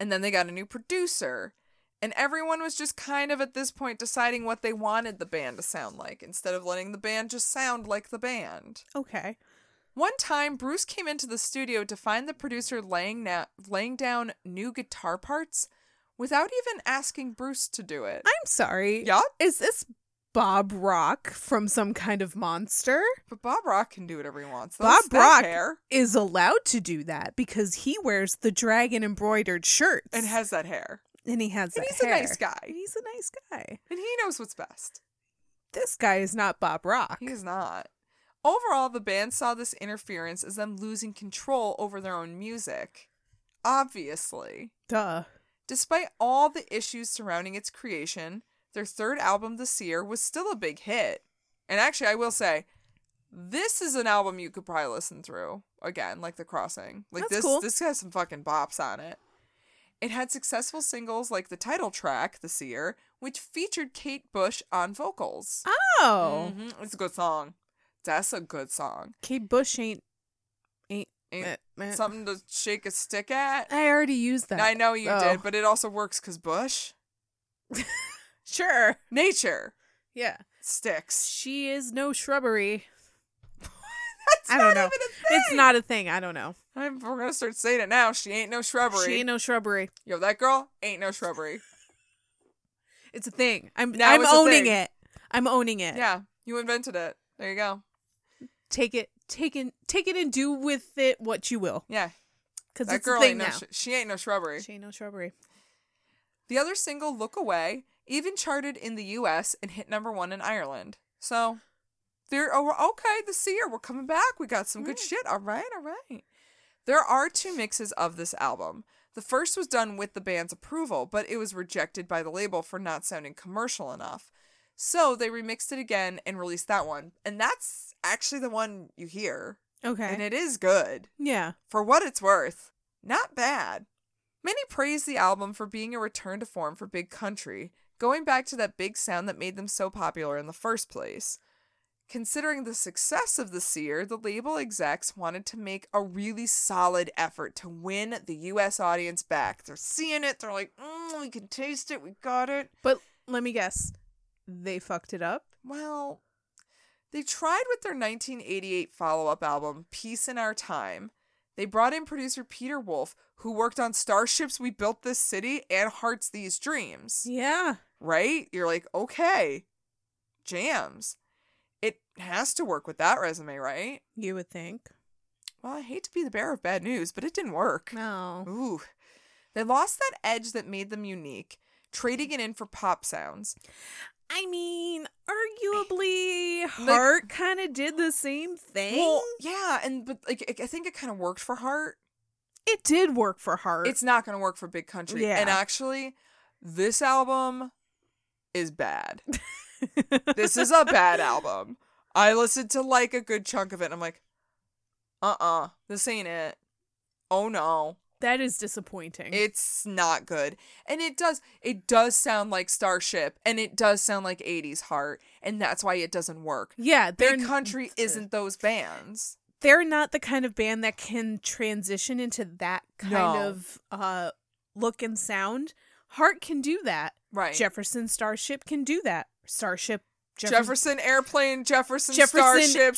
And then they got a new producer. And everyone was just kind of at this point deciding what they wanted the band to sound like instead of letting the band just sound like the band. okay One time, Bruce came into the studio to find the producer laying, na- laying down new guitar parts without even asking Bruce to do it. i'm sorry Yup. Is this Bob Rock from some kind of monster? But Bob Rock can do whatever he wants. Bob That's- that's Rock hair is allowed to do that because he wears the dragon embroidered shirts and has that hair. and he has And that he's a nice hair. guy. And he's a nice guy. And he knows what's best. this guy is not Bob Rock. He is not. Overall, the band saw this interference as them losing control over their own music. Obviously. Duh. Despite all the issues surrounding its creation, their third album, The Seer, was still a big hit. And actually, I will say, this is an album you could probably listen through again, like The Crossing. Like That's this, cool. this has some fucking bops on it. It had successful singles like the title track, The Seer, which featured Kate Bush on vocals. Oh, Mhm, It's a good song. That's a good song. Kate Bush ain't ain't, Ain't eh, meh. Something to shake a stick at. I already used that. I know you Oh. did, but it also works because Bush, Sure. nature, Yeah. sticks. She is no shrubbery. That's I not don't know. even a It's thing. not a thing. I don't know. I'm, we're gonna start saying it now. She ain't no shrubbery. She ain't no shrubbery. Yo, that girl ain't no shrubbery. It's a thing. I'm Now I'm it's a owning thing. it. I'm owning it. Yeah, you invented it. There you go. Take it. Take it. Take it and do with it what you will. Yeah, Because that it's a girl thing ain't no. now. Sh- she ain't no shrubbery. she ain't no shrubbery. The other single, Look Away, even charted in the US and hit number one in Ireland. So they're oh, we're- okay, the seer, we're coming back. We got some good shit. All right, all right. There are two mixes of this album. The first was done with the band's approval, but it was rejected by the label for not sounding commercial enough. So they remixed it again and released that one. And that's actually the one you hear. Okay. And it is good yeah. for what it's worth, not bad. Many praised the album for being a return to form for Big Country, going back to that big sound that made them so popular in the first place. Considering the success of The Seer, the label execs wanted to make a really solid effort to win the US audience back. They're seeing it, they're like, mm, we can taste it, we got it. But let me guess. They fucked it up. Well, they tried with their 1988 follow up album, Peace in Our Time. They brought in producer Peter Wolf, who worked on Starships We Built This City and Hearts These Dreams, Yeah. right? You're like, okay, jams. It has to work with that resume, right? You would think. Well, I hate to be the bearer of bad news, but it didn't work. No. Ooh. They lost that edge that made them unique, trading it in for pop sounds. I mean, arguably, Like- Hart kind of did the same thing. Well, yeah, and but like I- I think it kind of worked for Heart. it did work for Hart. it's not going to work for big country Yeah. and actually this album is bad this is a bad album i listened to like a good chunk of it and i'm like uh-uh this ain't it oh no that is disappointing. it's not good and it does it does sound like starship and it does sound like 80s heart and that's why it doesn't work yeah, they're big country isn't those bands they're not the kind of band that can transition into that kind No. of uh look and sound. Hart can do that. right Jefferson Starship can do that. Starship Jeff- jefferson airplane jefferson, Jefferson starship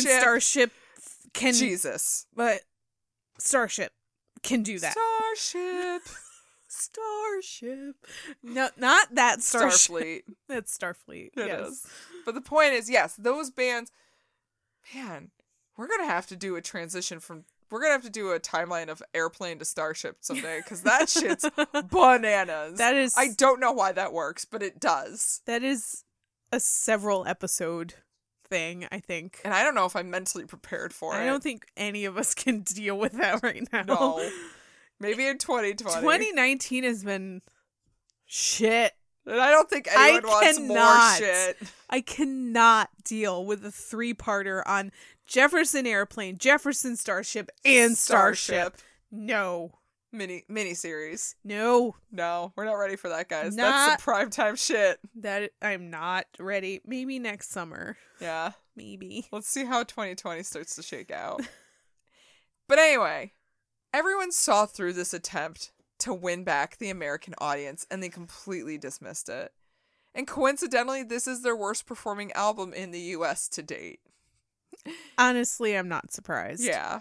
starship Starship can jesus but Starship can do that. Starship. Starship. No, not that Starship. Starfleet. That's Starfleet. It yes. is. But the point is, yes, those bands, man, we're going to have to do a transition from, we're going to have to do a timeline of airplane to Starship someday because that shit's bananas. That is I don't know why that works, but it does. that is a several episode thing, I think. And I don't know if I'm mentally prepared for it. I don't think any of us can deal with that right now. No. Maybe in 2020. 2019 has been shit. And I don't think I anyone wants cannot. more shit. I cannot deal with a three-parter on Jefferson Airplane, Jefferson Starship, and Starship. No. Mini miniseries. No. No, we're not ready for that, guys. Not- That's some primetime shit. That I'm not ready. Maybe next summer. Yeah. Maybe. Let's see how 2020 starts to shake out. but anyway, everyone saw through this attempt to win back the American audience and they completely dismissed it. And coincidentally, this is their worst performing album in the US to date. Honestly, I'm not surprised. Yeah.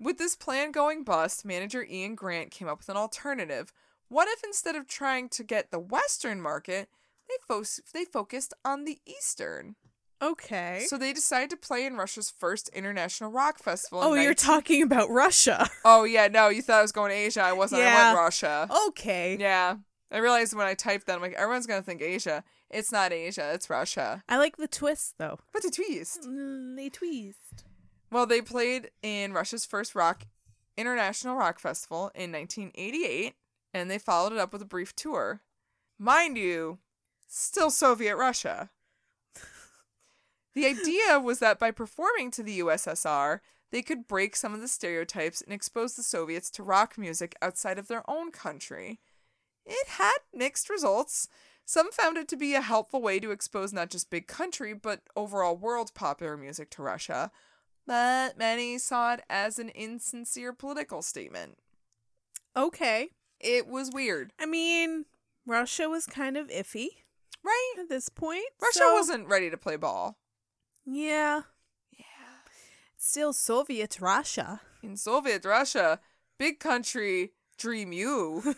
With this plan going bust, manager Ian Grant came up with an alternative. What if instead of trying to get the Western market, they, fo- they focused on the Eastern? Okay. So they decided to play in Russia's first international rock festival. in oh, you're 19- talking about Russia. Oh yeah, no, you thought I was going to Asia. I wasn't. I Yeah. went Russia. okay. Yeah, I realized when I typed that, I'm like, everyone's gonna think Asia. It's not Asia, it's Russia. I like the twist though. But a twist. Mm, they twist. Well, they played in Russia's first rock international rock festival in 1988, and they followed it up with a brief tour. Mind you, still Soviet Russia. the idea was that by performing to the USSR, they could break some of the stereotypes and expose the Soviets to rock music outside of their own country. It had mixed results. Some found it to be a helpful way to expose not just big country, but overall world popular music to Russia, but many saw it as an insincere political statement. Okay. It was weird, I mean, Russia was kind of iffy right? at this point. Russia so- wasn't ready to play ball. Yeah. Yeah. Still Soviet Russia. In Soviet Russia, big country, dream you.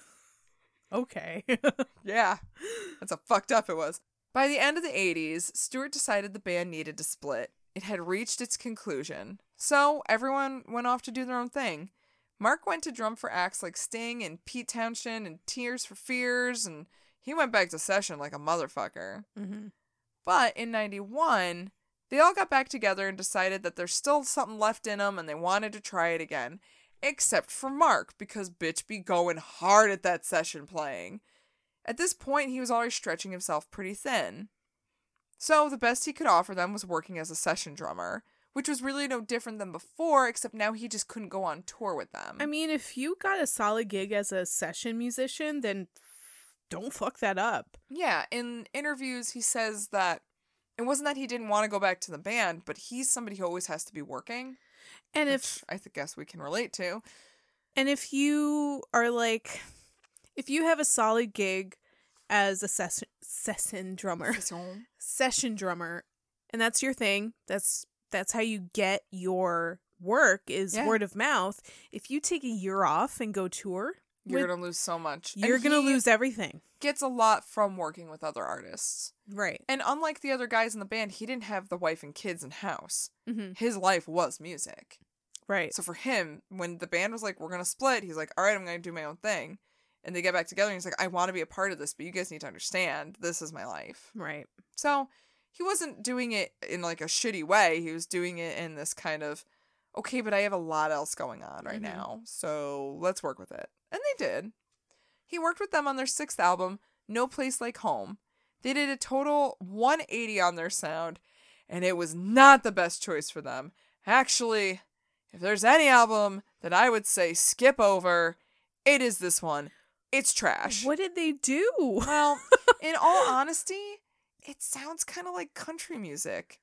Okay. Yeah. That's how fucked up it was. By the end of the 80s, Stewart decided the band needed to split. It had reached its conclusion. So everyone went off to do their own thing. Mark went to drum for acts like Sting and Pete Townshend and Tears for Fears, and he went back to session like a motherfucker. mm-hmm. But in 91, they all got back together and decided that there's still something left in them and they wanted to try it again. Except for Mark, because bitch be going hard at that session playing. At this point, he was already stretching himself pretty thin. So the best he could offer them was working as a session drummer, which was really no different than before, except now he just couldn't go on tour with them. I mean, if you got a solid gig as a session musician, then don't fuck that up. Yeah, in interviews, he says that it wasn't that he didn't want to go back to the band, but he's somebody who always has to be working. And which if I th- guess we can relate to. and if you are like if you have a solid gig as a session session drummer, session drummer, and that's your thing, that's that's how you get your work is Yeah. word of mouth. If you take a year off and go tour, You're with- gonna lose so much. And you're going to he lose everything. Gets a lot from working with other artists, Right. and unlike the other guys in the band, he didn't have the wife and kids in house. Mhm. His life was music. Right. So for him, when the band was like, "We're gonna split," he's like, "All right, I'm gonna do my own thing." And they get back together, and he's like, "I want to be a part of this, but you guys need to understand this is my life." right. So he wasn't doing it in like a shitty way. He was doing it in this kind of, okay, but I have a lot else going on right Mhm. now. So let's work with it. And they did. He worked with them on their sixth album, No Place Like Home. They did a total 180 on their sound, and it was not the best choice for them. Actually, if there's any album that I would say skip over, it is this one. It's trash. What did they do? Well, in all honesty, it sounds kind of like country music,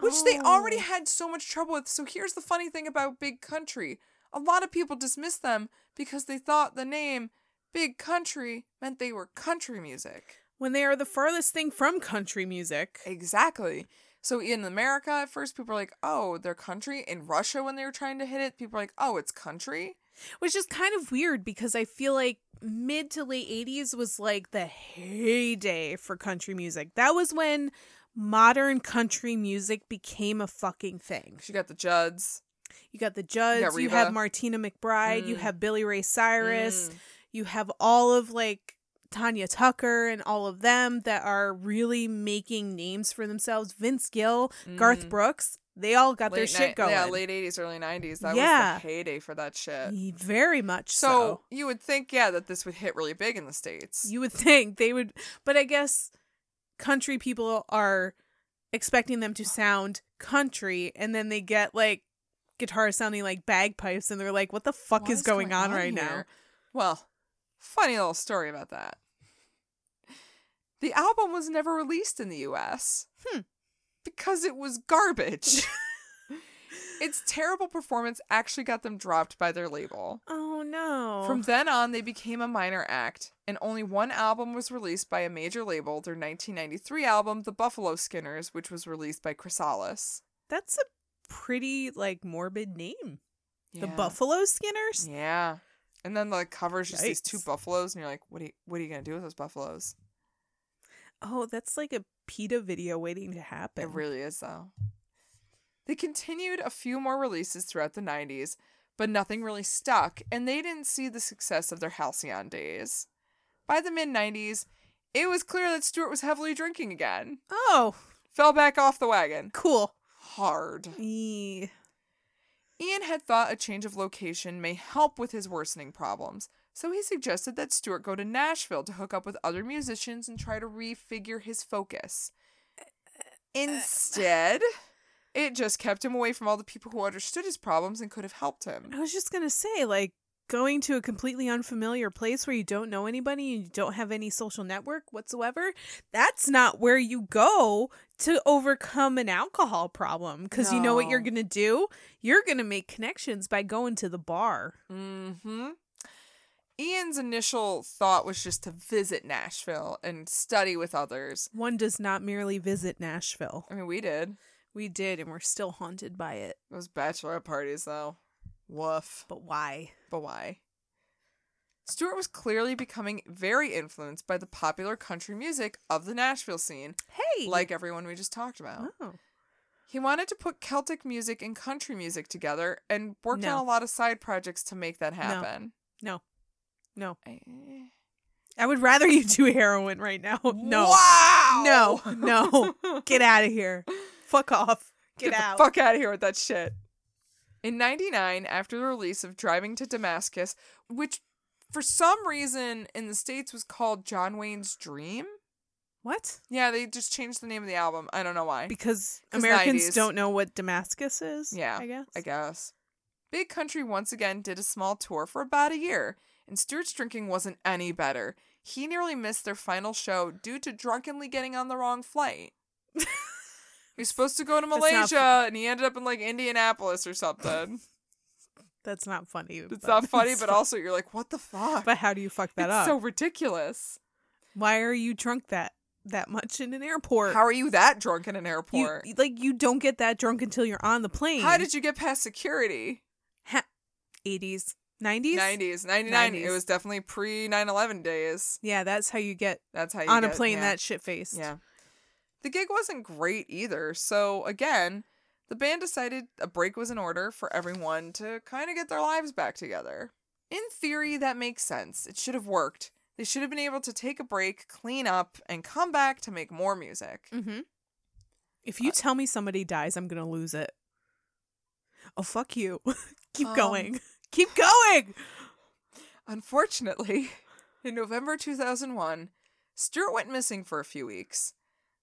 which they already Oh. had so much trouble with. So here's the funny thing about big country a lot of people dismissed them because they thought the name big country meant they were country music. when they are the farthest thing from country music. Exactly. So in America at first people were like, "Oh, they're country." In Russia when they were trying to hit it, people were like, "Oh, it's country." Which is kind of weird because I feel like mid to late 80s was like the heyday for country music. That was when modern country music became a fucking thing. 'Cause you got the Judds. You got the Judds, you, Reba. have Martina McBride, you Mm. have Billy Ray Cyrus, Mm. you have all of like Tanya Tucker and all of them that are really making names for themselves. Vince Gill, Garth Mm. Brooks, they all got their Late shit ni- going. Yeah, late 80s, early 90s. That Yeah. was the heyday for that shit. Very much So, so. you would think, yeah, that this would hit really big in the states. You would think they would, but I guess country people are expecting them to sound country, and then they get like guitar sounding like bagpipes, and they're like, "What the fuck What is going, on, right now?" here? Well, funny little story about that. The album was never released in the U.S. Hmm. because it was garbage. its terrible performance actually got them dropped by their label. Oh no! From then on, they became a minor act, and only one album was released by a major label, their 1993 album, The Buffalo Skinners, which was released by Chrysalis. that's a pretty like morbid name. The Yeah. Buffalo Skinners. Yeah. And then the cover's just these two Yikes. buffaloes, and you're like, what are you, what are you going to do with those buffaloes? Oh, that's like a PETA video waiting to happen. It really is, though. They continued a few more releases throughout the 90s, but nothing really stuck, and they didn't see the success of their Halcyon days. By the mid 90s, it was clear that Stewart was heavily drinking again. Oh, Fell back off the wagon. cool. Hard. Eee. Ian had thought a change of location may help with his worsening problems, so he suggested that Stewart go to Nashville to hook up with other musicians and try to refigure his focus. Instead, it just kept him away from all the people who understood his problems and could have helped him. I was just gonna say, like, going to a completely unfamiliar place where you don't know anybody and you don't have any social network whatsoever, that's not where you go to overcome an alcohol problem. Because you know what you're No. gonna do? You're gonna make connections by going to the bar. hmm Ian's initial thought was just to visit Nashville and study with others. One does not merely visit Nashville. I mean, we did. We did, and we're still haunted by it. Those bachelorette parties, though. Woof. But why? But why? Stewart was clearly becoming very influenced by the popular country music of the Nashville scene, Hey, like everyone we just talked about. oh, He wanted to put Celtic music and country music together and worked on a No. lot of side projects to make that happen. Eh. No. No. I- I would rather you do heroin right now. No, Wow. no, no. Get out of here. Fuck off. Get, the out. fuck out of here with that shit. In 99, after the release of Driving to Damascus, which for some reason in the States was called John Wayne's Dream. What? Yeah, they just changed the name of the album. I don't know why. Because 'Cause Americans 90s. don't know what Damascus is. Yeah, I guess. I guess. Big Country once again did a small tour for about a year, and Stewart's drinking wasn't any better. He nearly missed their final show due to drunkenly getting on the wrong flight. he was supposed to go to not Malaysia, fu- and he ended up in like Indianapolis or something. That's not funny. It's but- not funny, but also you're like, what the fuck? But how do you fuck that it's up? so ridiculous. Why are you drunk that that much in an airport? How are you that drunk in an You- airport? like you don't get that drunk until you're on the plane. How did you get past security? eighties, nineties, 90s, 99. 90s. It was definitely pre 9 11 days. Yeah, that's how you get That's how you on a get- plane yeah. that shit faced. Yeah. The gig wasn't great either. So again, the band decided a break was in order for everyone to kind of get their lives back together. In theory, that makes sense. It should have worked. They should have been able to take a break, clean up, and come back to make more music. Mm-hmm. If Uh, you tell me somebody dies, I'm gonna lose it. Oh fuck you. Keep Um, going. Keep going. Unfortunately, in November 2001, Stewart went missing for a few weeks.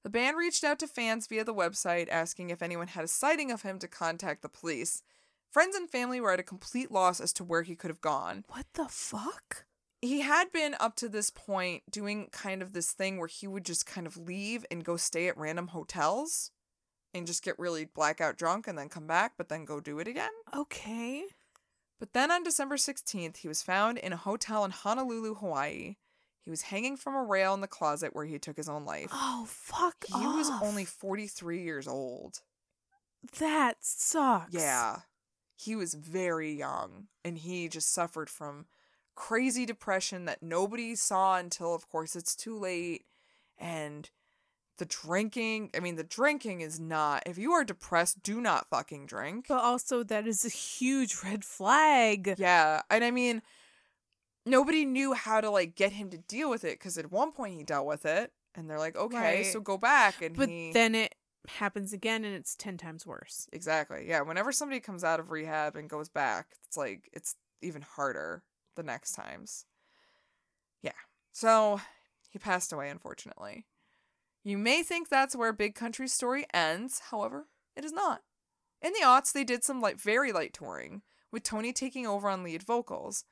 The band reached out to fans via the website asking if anyone had a sighting of him to contact the police. Friends and family were at a complete loss as to where he could have gone. What the fuck? He had been up to this point doing kind of this thing where he would just kind of leave and go stay at random hotels and just get really blackout drunk and then come back, but then go do it again. Okay. But then on December 16th, he was found in a hotel in Honolulu, Hawaii. He was hanging from a rail in the closet where he took his own life. Oh fuck He was off. only 43 years old. That sucks. Yeah. He was very young and he just suffered from crazy depression that nobody saw until, of course, it's too late. And the drinking, I mean, the drinking is not, if you are depressed, do not fucking drink. But also that is a huge red flag. Yeah, and I mean, nobody knew how to like get him to deal with it because at one point he dealt with it, and they're like, okay, Right. so go back, and But he then it happens again and it's ten times worse. exactly, yeah. Whenever somebody comes out of rehab and goes back, it's like it's even harder the next times. Yeah, so he passed away, unfortunately. You may think that's where Big Country's story ends, however, it is not. In the aughts, they did some light, very light touring, with Tony taking over on lead vocals.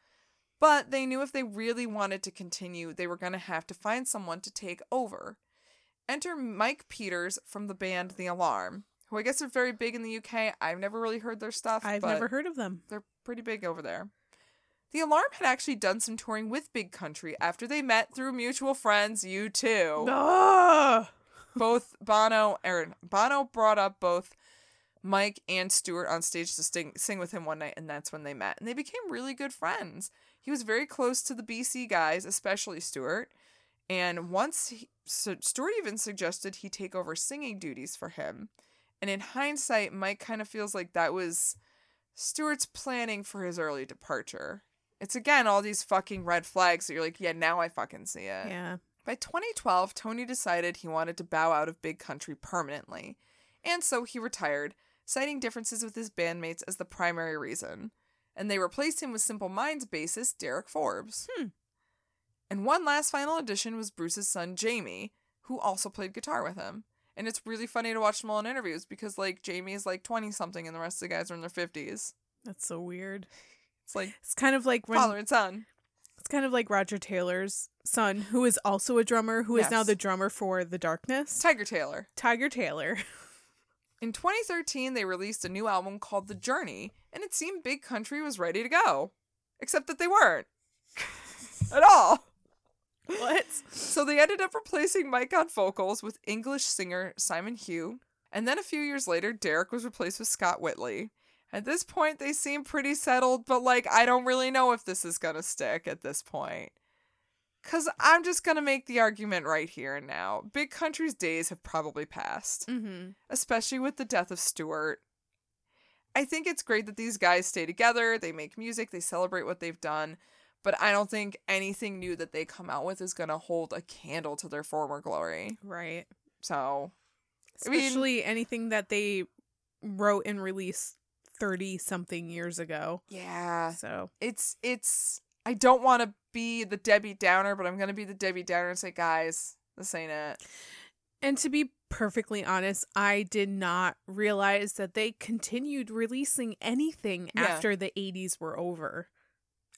But they knew if they really wanted to continue, they were going to have to find someone to take over. Enter Mike Peters from the band The Alarm, who I guess are very big in the UK. I've never really heard their stuff. I've but never heard of them. They're pretty big over there. The Alarm had actually done some touring with Big Country after they met through mutual friends, you 2 Ugh. both Bono Aaron Bono brought up both Mike and Stewart on stage to sing, sing with him one night, and that's when they met, and they became really good friends. He was very close to the BC guys, especially Stewart, and once he, so Stewart even suggested he take over singing duties for him. And in hindsight, Mike kind of feels like that was Stewart's planning for his early departure. It's again all these fucking red flags that you're like, yeah, now I fucking see it. Yeah. By 2012, Tony decided he wanted to bow out of Big Country permanently, and so he retired, citing differences with his bandmates as the primary reason. And they replaced him with Simple Minds bassist Derek Forbes. Hmm. And one last final addition was Bruce's son Jamie, who also played guitar with him. And it's really funny to watch them all in interviews because like Jamie is like twenty something and the rest of the guys are in their fifties. That's so weird. It's like It's kind of like when father and son. it's kind of like Roger Taylor's son, who is also a drummer, who is now Yes. the drummer for The Darkness. Tiger Taylor. Tiger Taylor. In 2013, they released a new album called The Journey, and it seemed Big Country was ready to go. Except that they weren't. At all. what? So they ended up replacing Mike on vocals with English singer Simon Hugh. And then a few years later, Derek was replaced with Scott Whitley. At this point, they seem pretty settled, but like, I don't really know if this is gonna stick at this point. Cause I'm just gonna make the argument right here and now. Big Country's days have probably passed Mm-hmm. especially with the death of Stuart. I think it's great that these guys stay together, they make music, they celebrate what they've done, but I don't think anything new that they come out with is going to hold a candle to their former glory. Right. So, I mean- Especially anything that they wrote and released thirty something years ago. yeah, So it's it's I don't want to be the Debbie Downer, but I'm going to be the Debbie Downer and say, "Guys, this ain't it." And to be perfectly honest, I did not realize that they continued releasing anything Yeah. after the 80s were over.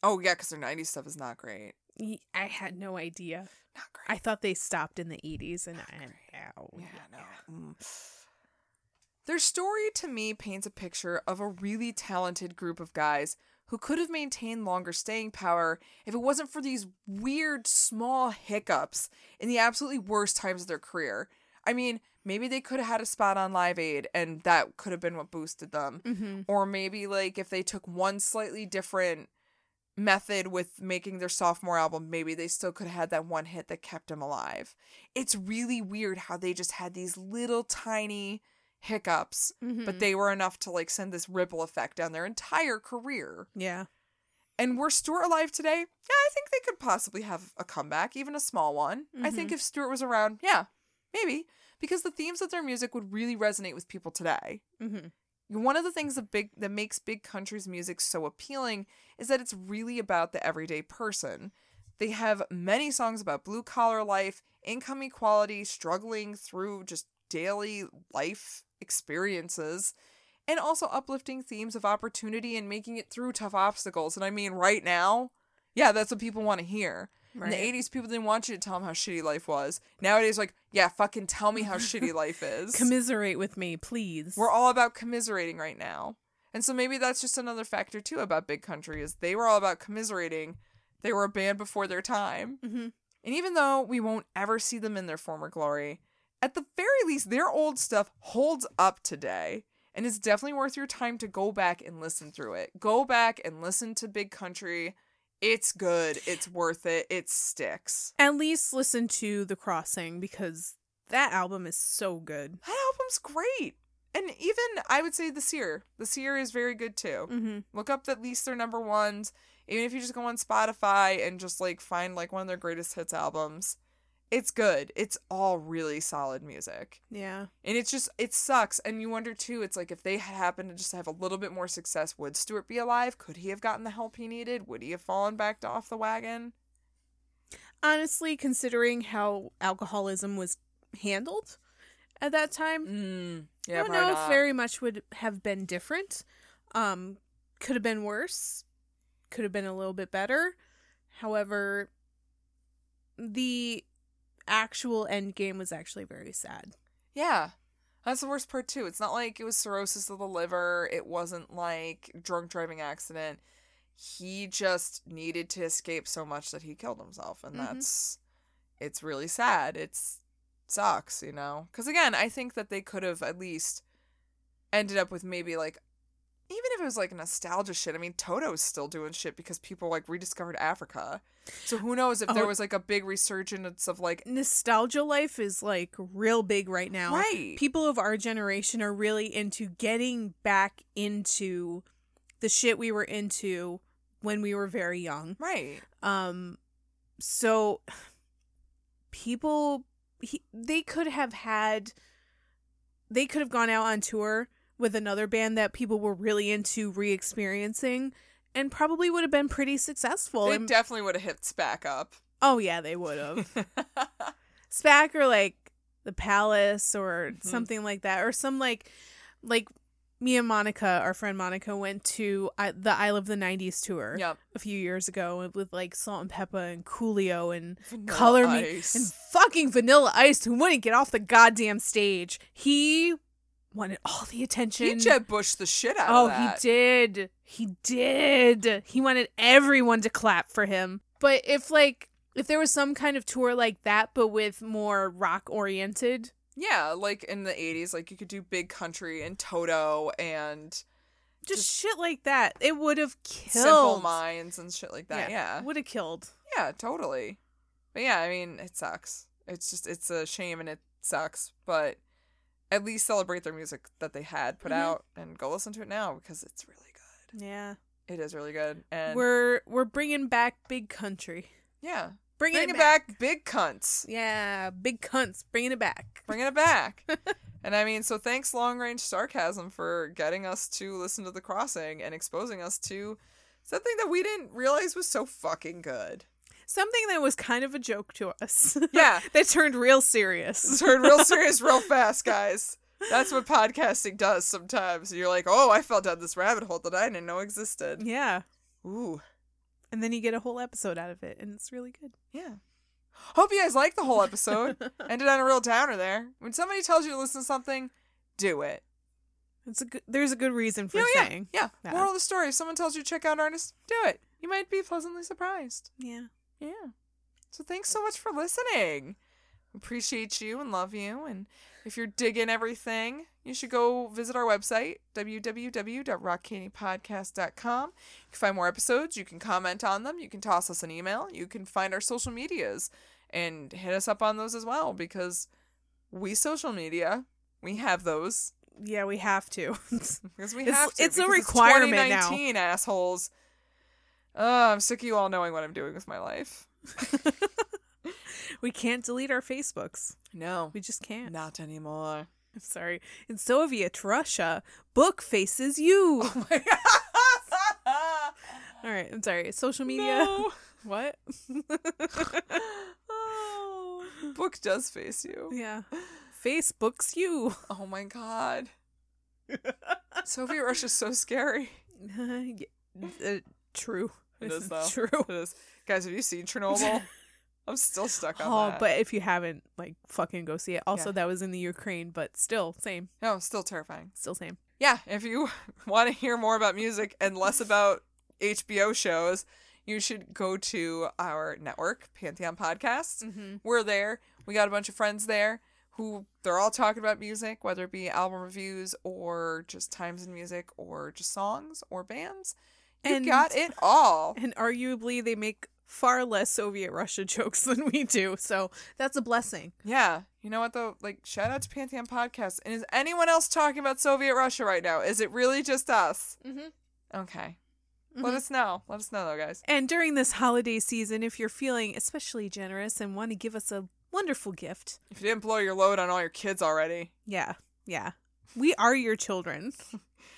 Oh, yeah, cuz their 90s stuff is not great. Y- I had no idea. Not great. I thought they stopped in the 80s and I'm out. Oh, Yeah, no. Mm. Their story to me paints a picture of a really talented group of guys who could have maintained longer staying power if it wasn't for these weird small hiccups in the absolutely worst times of their career. I mean, maybe they could have had a spot on Live Aid and that could have been what boosted them. Mm-hmm. Or maybe like if they took one slightly different method with making their sophomore album, maybe they still could have had that one hit that kept them alive. It's really weird how they just had these little tiny hiccups, Mm-hmm. but they were enough to like send this ripple effect down their entire career. yeah. And were Stuart alive today? Yeah, I think they could possibly have a comeback, even a small one. I think if Stuart was around, yeah, maybe. Because the themes of their music would really resonate with people today Mm-hmm. one of the things that big that makes big country's music so appealing is that it's really about the everyday person. They have many songs about blue collar life, income equality, struggling through just daily life experiences, and also uplifting themes of opportunity and making it through tough obstacles. And I mean, right now, yeah, that's what people want to hear. Right. In the 80s, people didn't want you to tell them how shitty life was. Nowadays, like, yeah, fucking tell me how shitty life is. Commiserate with me, please. We're all about commiserating right now. And so maybe that's just another factor too about Big Country is they were all about commiserating. They were a band before their time. Mhm. And even though we won't ever see them in their former glory, at the very least their old stuff holds up today. And it's definitely worth your time to go back and listen through it. Go back and listen to Big Country. It's good. It's worth it. It sticks. At least listen to The Crossing because that album is so good. That album's great. And even I would say The Seer. The Seer is very good too. Mm-hmm. Look up at least their number ones. Even if you just go on Spotify and just like find like one of their greatest hits albums, it's good. It's all really solid music. Yeah. And it's just, it sucks. And you wonder too, it's like if they had happened to just have a little bit more success, would Stewart be alive? Could he have gotten the help he needed? Would he have fallen back off the wagon? honestly, considering how alcoholism was handled at that time, Mm, I don't know if very much would have been different. Um, could have been worse, could have been a little bit better. However, the actual end game was actually very sad. Yeah. That's the worst part too. It's not like it was cirrhosis of the liver. It wasn't like drunk driving accident. He just needed to escape so much that he killed himself and Mhm. that's it's really sad. It's sucks, you know. Cuz again, I think that they could have at least ended up with maybe like even if it was like nostalgia shit. I mean, Toto's still doing shit because people like rediscovered Africa. So who knows if there Oh. was like a big resurgence of like Nostalgia life is like real big right now. right. people of our generation are really into getting back into the shit we were into Um, when we were very young. right. Um so people he, they could have had they could have gone out on tour with another band that people were really into re-experiencing and probably would have been pretty successful. They And- definitely would have hit SPAC up. oh yeah, they would have. SPAC or like the Palace or Mhm. something like that, or some like like me and Monica, our friend Monica, went to I- the Isle of the '90s tour yep. a few years ago with like Salt and Pepper and Coolio and Vanilla Color me- Ice. and fucking Vanilla Ice, who wouldn't get off the goddamn stage. He wanted all the attention. He Jeb Bush the shit out oh, of that. he did. He did. He wanted everyone to clap for him. But if like if there was some kind of tour like that, but with more rock oriented, Yeah, like in the 80s, like you could do Big Country and Toto and just, shit like that, it would have killed. Simple Minds and shit like that. Yeah. would have killed. Yeah, totally. But yeah, I mean, it sucks. It's just, it's a shame and it sucks, but at least celebrate their music that they had put Mhm. out and go listen to it now because it's really good. Yeah, It is really good. And we're we're bringing back big country, yeah, bringing bringing it back. big cunts. Yeah, big cunts, bringing it back. Bringing it back. and I mean, so thanks, Long Range Sarcasm, for getting us to listen to The Crossing and exposing us to something that we didn't realize was so fucking good. Something that was kind of a joke to us. Yeah. that turned real This serious. turned real serious real fast, guys. That's what podcasting does sometimes. You're like, oh, I fell down this rabbit hole that I didn't know existed. Yeah. Ooh. And then you get a whole episode out of it, and it's really good. Yeah. Hope you guys liked the whole episode. Ended on a real downer there. When somebody tells you to listen to something, do it. It's a good, there's a good reason for You know, Oh, yeah, saying. Yeah. that. Moral of the story: If someone tells you to check out an artist, do it. You might be pleasantly surprised. Yeah. Yeah. So thanks so much for listening. Appreciate you and love you. And if you're digging everything, you should go visit our website, www.rockcandypodcast.com. You can find more episodes. You can comment on them. You can toss us an email. You can find our social medias and hit us up on those as well because we social media, we have those Yeah, we have to. because we It's- have to. it's a because requirement now. 2019, assholes. Oh, I'm sick of you all knowing what I'm doing with my life. we can't delete our Facebooks. No, We just can't. not anymore. I'm sorry. In Soviet Russia, book faces you. Oh my god. All right. I'm sorry. Social media. No. What? Oh. Book does face you. yeah. Facebooks you. Oh my god. Soviet Rush is so scary. Yeah, uh, true. It This is, though. True. It is. Oh, Guys, have you seen Chernobyl? I'm still stuck on Oh, that. but if you haven't, like, fucking go see it. Also, Yeah. that was in the Ukraine, but still, same, no, still terrifying. still same. Yeah, if you want to hear more about music and less about HBO shows, you should go to our network, Pantheon Podcasts. Mm-hmm. we're there. We got a bunch of friends there who they're all talking about music, whether it be album reviews or just times in music or just songs or bands. You And- got it all. And arguably, they make far less Soviet Russia jokes than we do, so that's a blessing. Yeah. You know what though? Like shout out to Pantheon Podcast. And is anyone else talking about Soviet Russia right now? Is it really just us? Mm-hmm. Okay. Mhm. Let us know. Let us know though, guys. And during this holiday season, if you're feeling especially generous and want to give us a wonderful gift, If you didn't blow your load on all your kids already. yeah, yeah, we are your children.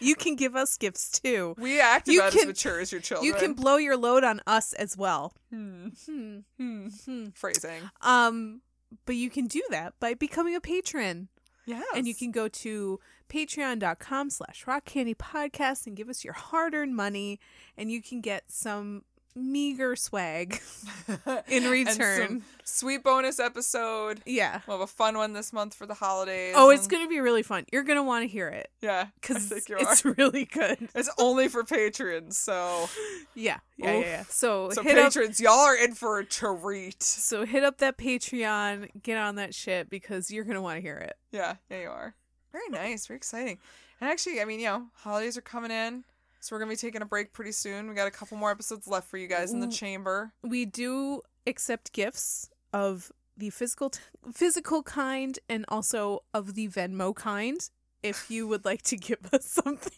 you can give us gifts too. We act You about as can- mature as your children. You can blow your load on us as well. Hmm. Hmm. Hmm. Hmm. Phrasing. Um, but you can do that by becoming a patron. Yeah. And you can go to patreon.com slash rock candy podcast and give us your hard earned money and you can get some meager swag. in And some return. sweet bonus episode. Yeah. We'll have a fun one this month for the holidays. Oh, it's and- going to be really fun. You're going to want to hear it Yeah, because because think you it's are. really good. It's only for patrons, so Yeah. Yeah. Oof. yeah, yeah. So, so hit up. patrons, y'all are in for a treat. So hit up that Patreon, get on that shit because you're gonna want to hear it. Yeah, yeah, you are. Very nice, very exciting. And actually, I mean, you know, holidays are coming in, so we're gonna be taking a break pretty soon. We got a couple more episodes left for you guys in the Ooh. chamber. We do accept gifts of the physical t- physical kind and also of the Venmo kind. If you would like to give us something,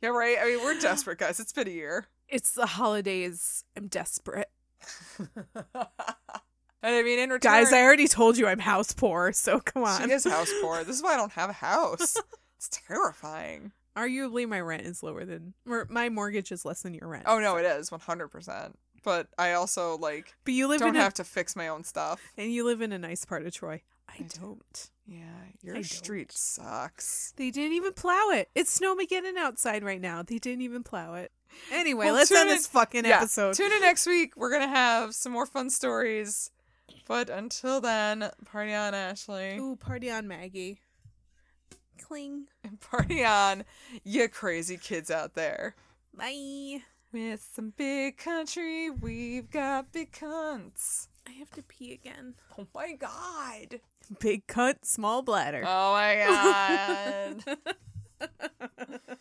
Yeah, right. I mean, we're desperate, guys. It's been a year. it's the holidays. I'm desperate. And I mean, in return, Guys, I already told you I'm house poor, so come on. she is house poor. This is why I don't have a house. It's terrifying. Arguably, my rent is lower than or my mortgage is less than your rent. Oh no, it is 100%. But I also like but you live don't in a, have to fix my own stuff. and you live in a nice part of Troy. I, do. don't. Yeah, I your don't. street sucks. They didn't even plow it. It's snowmageddon outside right now. They didn't even plow it. Anyway, Well, let's tune end in- this fucking Yeah, episode. Tune in next week. We're gonna have some more fun stories. But until then, party on, Ashley. Ooh, party on Maggie. Cling. And party on, you crazy kids out there. Bye. With some big country, we've got big cunts. I have to pee again. Oh my god. Big cunt, small bladder. Oh my god.